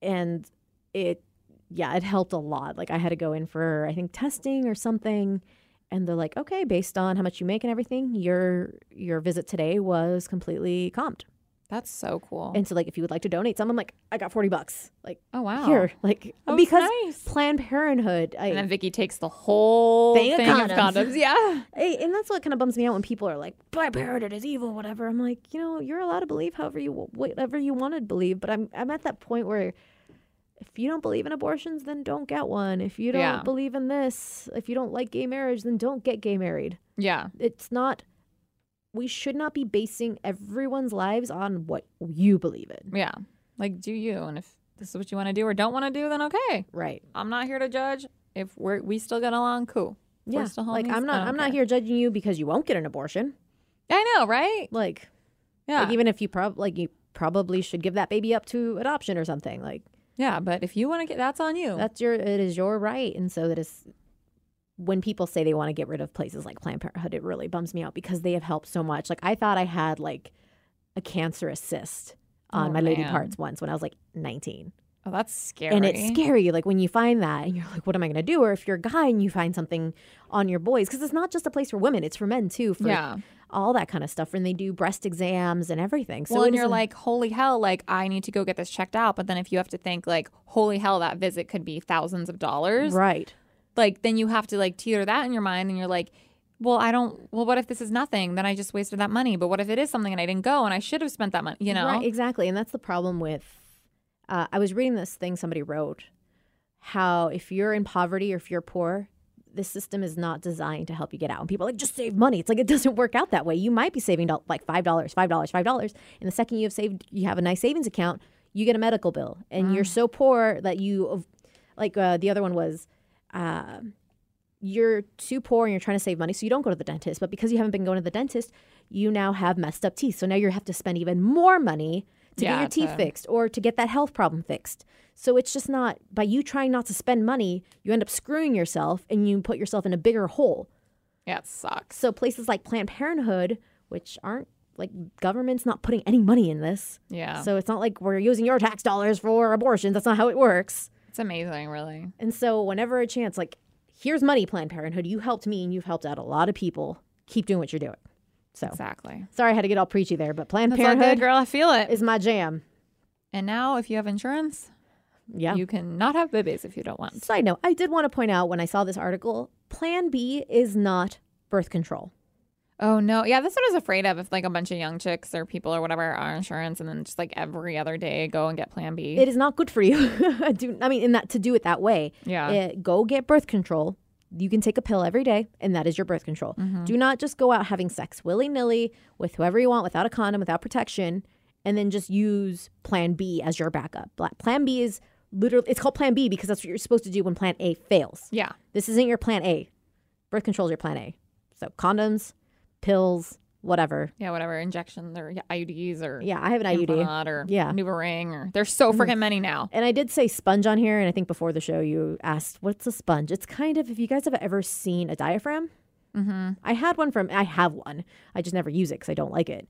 and it, yeah, it helped a lot. Like I had to go in for I think testing or something, and they're like, okay, based on how much you make and everything, your your visit today was completely comped. That's so cool. And so, like, if you would like to donate some, I'm like, I got 40 bucks. Like, oh wow. here. Like, That was because nice. Planned Parenthood, I, And then and, Vicky takes the whole Thing thing, of of condoms. condoms. Yeah. and that's what kind of bums me out when people are like, Planned Parenthood is evil, whatever. I'm like, you know, you're allowed to believe however you, whatever you want to believe. But I'm, I'm at that point where if you don't believe in abortions, then don't get one. If you don't Yeah. believe in this, if you don't like gay marriage, then don't get gay married. Yeah. It's not, we should not be basing everyone's lives on what you believe in. Yeah. Like do you and if this is what you want to do or don't want to do then okay. Right. I'm not here to judge. If we're we still get along, cool. We're Yeah. still Like homies? I'm I not don't I'm not care. here judging you because you won't get an abortion. I know, right? Like, Yeah. like even if you prob like you probably should give that baby up to adoption or something. Like yeah, but if you want to get that's on you. that's your it is your right. And so that is when people say they want to get rid of places like Planned Parenthood, it really bums me out because they have helped so much. Like I thought I had like a cancerous cyst on Oh, my lady man. parts once when I was like 19. Oh, that's scary. And it's scary, like when you find that and you're like, what am I going to do? Or if you're a guy and you find something on your boys, because it's not just a place for women, it's for men too, for Yeah. all that kind of stuff. And they do breast exams and everything. So well, and it is you're a- like, holy hell, like I need to go get this checked out. But then if you have to think like, holy hell, that visit could be thousands of dollars. right. Like then you have to like teeter that in your mind, and you're like, well, I don't. Well, what if this is nothing? Then I just wasted that money. But what if it is something and I didn't go and I should have spent that money? You know? Right, exactly. And that's the problem with. Uh, I was reading this thing somebody wrote how if you're in poverty or if you're poor, this system is not designed to help you get out. And people are like, just save money. It's like, it doesn't work out that way. You might be saving do- like $5, $5, $5. And the second you have saved, you have a nice savings account, you get a medical bill. And Mm. you're so poor that you, like uh, the other one was, uh, you're too poor and you're trying to save money, so you don't go to the dentist. But because you haven't been going to the dentist, you now have messed up teeth. So now you have to spend even more money to Yeah, get your teeth to- fixed or to get that health problem fixed. So it's just not by you trying not to spend money, you end up screwing yourself and you put yourself in a bigger hole. Yeah, it sucks. So places like Planned Parenthood, which aren't like government's not putting any money in this. Yeah, So it's not like we're using your tax dollars for abortions. That's not how it works. it's amazing, really. And so, whenever a chance, like, here's money, Planned Parenthood. You helped me and you've helped out a lot of people. Keep doing what you're doing. So, Exactly. sorry I had to get all preachy there, but Planned That's all good, Parenthood girl. I feel it. is my jam. And now, if you have insurance, Yeah. you can not have babies if you don't want. Side note, I did want to point out when I saw this article Plan B is not birth control. Oh no, yeah, that's what I was afraid of. If like a bunch of young chicks or people or whatever are insurance, and then just like every other day go and get Plan B. It is not good for you. Do, I mean, in that to do it that way. yeah, Uh, go get birth control. You can take a pill every day, and that is your birth control. Do not just go out having sex willy nilly with whoever you want without a condom, without protection, and then just use Plan B as your backup. Pla- Plan B is literally, it's called Plan B because that's what you're supposed to do when Plan A fails. yeah, This isn't your Plan A. Birth control is your Plan A. So condoms, pills, whatever. yeah, whatever injections or yeah, IUDs or Yeah, I have an IUD. Implanon or Yeah. Mm-hmm. NuvaRing or there's so freaking many now. And I did say sponge on here, and I think before the show you asked, "What's a sponge?" It's kind of if you guys have ever seen a diaphragm. Mm-hmm. I had one from. I have one. I just never use it because I don't like it.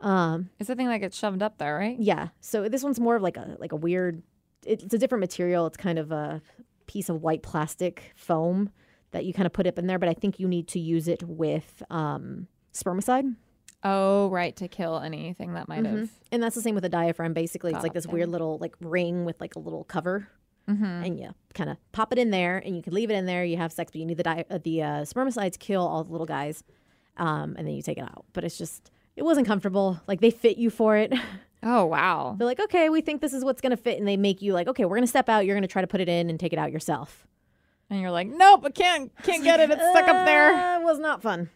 Um, It's the thing that gets shoved up there, right? yeah. So this one's more of like a like a weird. it- It's a different material. It's kind of a piece of white plastic foam that you kind of put up in there, but I think you need to use it with um, spermicide. Oh, right, to kill anything that might have. And that's the same with a diaphragm. Basically, it's like Got this it. weird little like ring with like a little cover, Mhm. and you kind of pop it in there, and you can leave it in there. You have sex, but you need the di- uh, the uh, spermicides kill all the little guys, um, and then you take it out. But it's just it wasn't comfortable. Like they fit you for it. Oh wow, They're like, okay, we think this is what's gonna fit, and they make you like, okay, we're gonna step out. You're gonna try to put it in and take it out yourself. and you're like, nope, I can't, can't get it. It's stuck up there. Uh, It was not fun.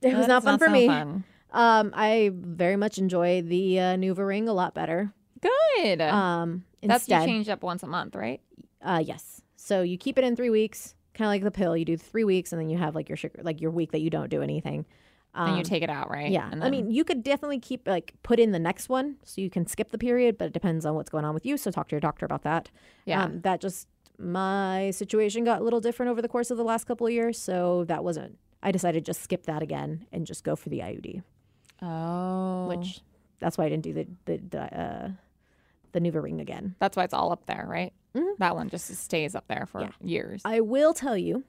It was That's not fun for so me. fun. Um, I very much enjoy the uh, Nuva ring a lot better. Good. Um, That's you instead, change up once a month, right? Uh, yes. So you keep it in three weeks, kind of like the pill. You do three weeks, and then you have like your sugar, like your week that you don't do anything. Um, and you take it out, right? yeah. And I then- mean, you could definitely keep like put in the next one, so you can skip the period, but it depends on what's going on with you. So talk to your doctor about that. Yeah. Um, that just my situation got a little different over the course of the last couple of years, so that wasn't. I decided to just skip that again and just go for the IUD, oh, which that's why I didn't do the the the, uh, the Nuva ring again. That's why it's all up there, right? Mhm. That one just stays up there for Yeah. years. I will tell you.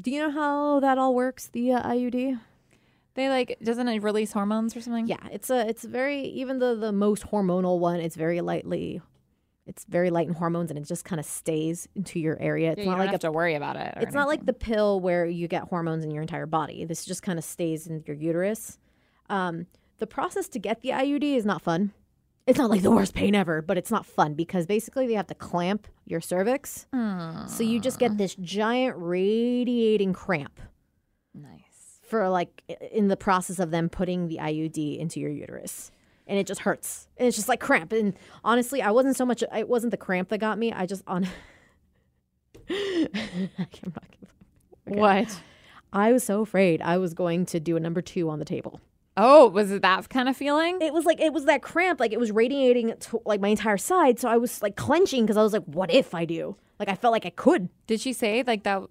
Do you know how that all works? The uh, IUD. they like doesn't it release hormones or something? Yeah, it's a it's very even though the most hormonal one, it's very lightly, it's very light in hormones, and it just kind of stays into your area. It's Yeah, you not don't like have a to worry about it. or it's not like anything. the pill where you get hormones in your entire body. This just kind of stays in your uterus. Um, the process to get the IUD is not fun. It's not like the worst pain ever, but it's not fun because basically they have to clamp your cervix, Mm, so you just get this giant radiating cramp nice. for like i- in the process of them putting the IUD into your uterus. And it just hurts. And it's just like cramp. And honestly, I wasn't so much it wasn't the cramp that got me. I just on I'm not gonna- Okay. What? I was so afraid I was going to do a number 2 on the table. Oh, was it that kind of feeling? It was like it was that cramp like it was radiating to like my entire side, so I was like clenching cuz I was like what if I do? Like I felt like I could. Did she say like that?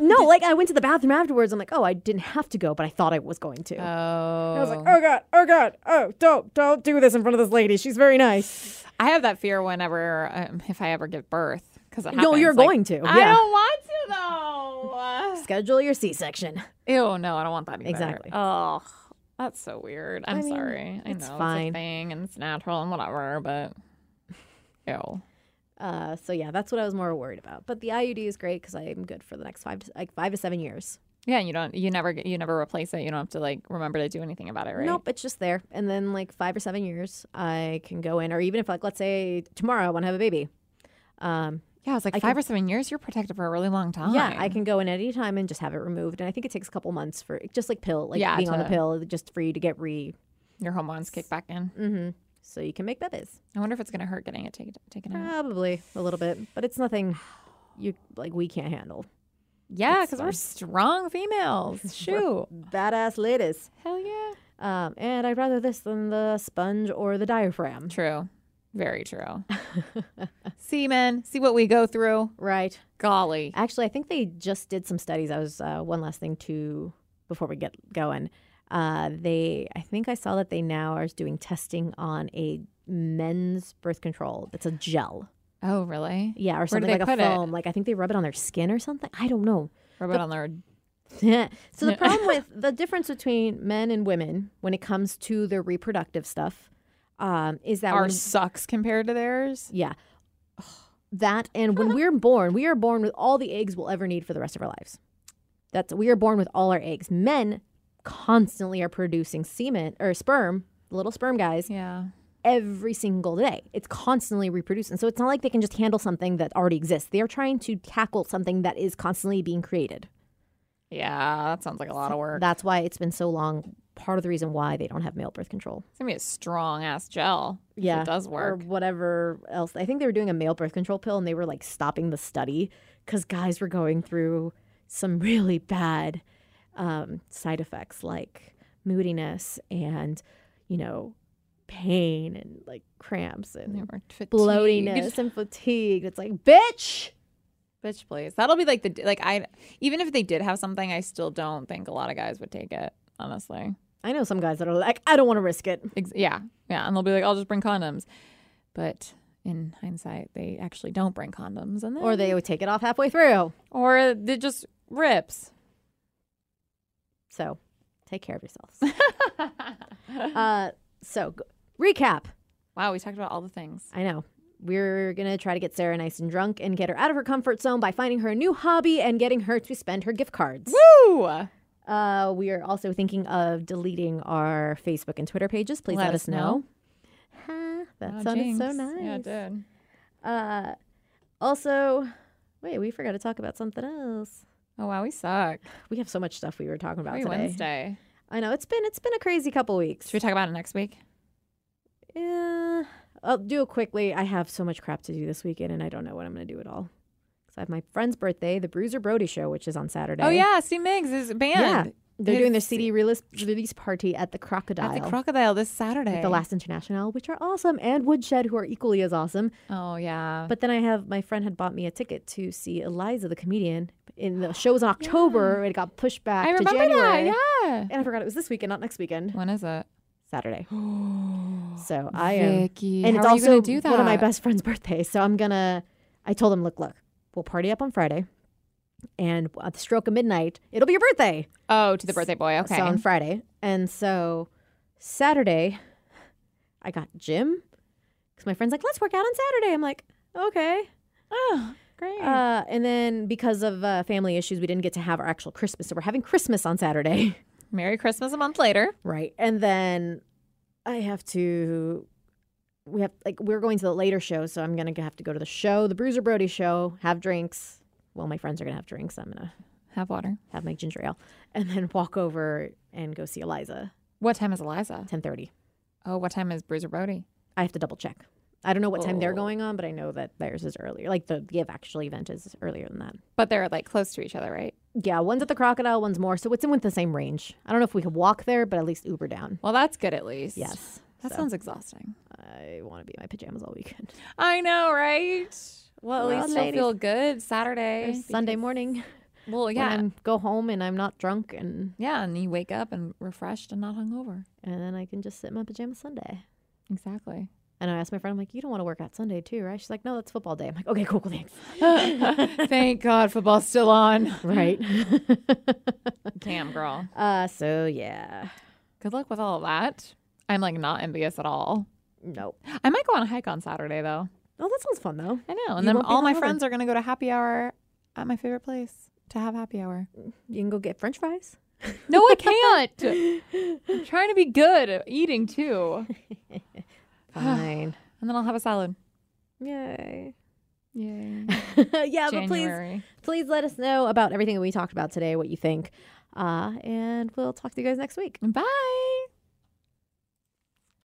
No, like I went to the bathroom afterwards. I'm like, oh, I didn't have to go, but I thought I was going to. I was like, Oh. oh god, oh god, oh don't don't do this in front of this lady. She's very nice. I have that fear whenever, um, if I ever give birth. Because No, you're going to. I yeah. don't want to though. schedule your C-section. Ew, no, I don't want that either. Exactly. Oh, that's so weird. I'm I mean, sorry. I it's know fine. it's a thing and it's natural and whatever, but ew. Uh, so yeah, that's what I was more worried about. But the IUD is great because I'm good for the next five to like five to seven years. Yeah, you don't. You never. get- You never replace it. You don't have to like remember to do anything about it, right? Nope, it's just there. And then like five or seven years, I can go in, or even if like let's say tomorrow I want to have a baby. Um, Yeah, it's like I five or seven years. You're protected for a really long time. yeah, I can go in at any time and just have it removed. And I think it takes a couple months for just like pill, like Yeah, being on the to- pill, just for you to get re. Your hormones kick back in. hmm So you can make babies. I wonder if it's gonna hurt getting it taken taken out. Probably a little bit, but it's nothing you like we can't handle. Yeah, it's because we're fine. strong females. Shoot. Badass ladies. Hell yeah. Um, and I'd rather this than the sponge or the diaphragm. True. Very true. see, men, see what we go through. Right. Golly. Actually, I think they just did some studies. I was uh, one last thing to before we get going. Uh, they, I think I saw that they now are doing testing on a men's birth control. It's a gel, Oh, really? yeah, or do something they like a put it? foam. Like I think they rub it on their skin or something. I don't know. Rub it on their. so the Yeah. problem with the difference between men and women when it comes to their reproductive stuff um, is that Our when- sucks compared to theirs. yeah. That and when we're born, we are born with all the eggs we'll ever need for the rest of our lives. That's we are born with all our eggs. Men constantly are producing semen or sperm, little sperm guys, Yeah. every single day. It's constantly reproducing. So it's not like they can just handle something that already exists. They are trying to tackle something that is constantly being created. Yeah, that sounds like a lot of work. That's why it's been so long. Part of the reason why they don't have male birth control. It's gonna be a strong ass gel. if Yeah, it does or work. whatever else. I think they were doing a male birth control pill and they were like stopping the study because guys were going through some really bad um, side effects like moodiness and, you know, pain and like cramps They and were fatigued. bloatiness and fatigue. It's like, bitch, Bitch, please. That'll be like the like I even if they did have something, I still don't think a lot of guys would take it. Honestly. I know some guys that are like, I don't want to risk it. Ex- yeah, yeah, and they'll be like, "I'll just bring condoms," but in hindsight, they actually don't bring condoms, and then, Or they would take it off halfway through. or it just rips. So take care of yourselves. uh, so, g- recap. Wow, we talked about all the things. I know. We're going to try to get Sarah nice and drunk and get her out of her comfort zone by finding her a new hobby and getting her to spend her gift cards. Woo! Uh, we are also thinking of deleting our Facebook and Twitter pages. Please let, us know. Ha, that Oh, sounded so jinx. nice. Yeah, it did. Uh, also, wait, we forgot to talk about something else. Oh wow, we suck. We have so much stuff we were talking about Every today. Wednesday. I know it's been it's been a crazy couple weeks. Should we talk about it next week? Yeah. Eh, I'll do it quickly. I have so much crap to do this weekend, and I don't know what I'm going to do at all. Because I have my friend's birthday, the Bruiser Brody show, which is on Saturday. Oh yeah, Steve Miggs is banned Yeah. They're doing their It's- CD release, release party at the Crocodile. at the Crocodile this Saturday. with the Last International, which are awesome, and Woodshed, who are equally as awesome. Oh yeah. But then I have my friend had bought me a ticket to see Eliza, the comedian, in the show was in October. and It got pushed back I to remember January. that. Yeah. And I forgot it was this weekend, not next weekend, When is it? Saturday. Oh, So I am Vicky, and how it's are you also gonna do that? one of my best friend's birthdays. So I'm gonna. I told him, look, look, we'll party up on Friday, and at the stroke of midnight, it'll be your birthday. Oh, to the birthday boy. Okay. So on Friday, and so Saturday, I got gym because my friend's like, let's work out on Saturday. I'm like, okay. oh, great. Uh, and then because of uh, family issues, we didn't get to have our actual Christmas, so we're having Christmas on Saturday. Merry Christmas a month later. Right. And then I have to we have like we're going to the later show, so I'm gonna have to go to the show, the Bruiser Brody show, have drinks. Well, my friends are gonna have drinks. I'm gonna Have water. have my ginger ale. And then walk over and go see Eliza. What time is Eliza? Ten thirty. Oh, what time is Bruiser Brody? I have to double check. I don't know what time they're Oh. going on, but I know that theirs is earlier. Like the give actual event is earlier than that. But they're like close to each other, right? Yeah, one's at the crocodile, one's more, so it's in with the same range. I don't know if we could walk there, but at least Uber down. Well, that's good at least. Yes. That So, sounds exhausting. I want to be in my pajamas all weekend. I know, right? Well, Well, at least you'll ladies. feel good Saturday, Or Sunday because- morning Well, yeah. yeah, when I go home and I'm not drunk and yeah, and you wake up and refreshed and not hungover. and then I can just sit in my pajamas Sunday. Exactly. And I asked my friend, I'm like, you don't want to work out Sunday too, right? She's like, no, that's football day. I'm like, okay, cool, cool, thanks. Thank God football's still on. Right. Damn, girl. uh, so yeah, Good luck with all of that. I'm like not envious at all. nope. I might go on a hike on Saturday though. Oh, that sounds fun though. I know. And You then won't be all my hungover. friends are going to go to happy hour at my favorite place to have happy hour. You can go get French fries. No, I can't. I'm trying to be good at eating too. Fine. And then I'll have a salad. Yay. Yay. yeah, but please, January. please let us know about everything that we talked about today, what you think. Uh, and we'll talk to you guys next week. Bye.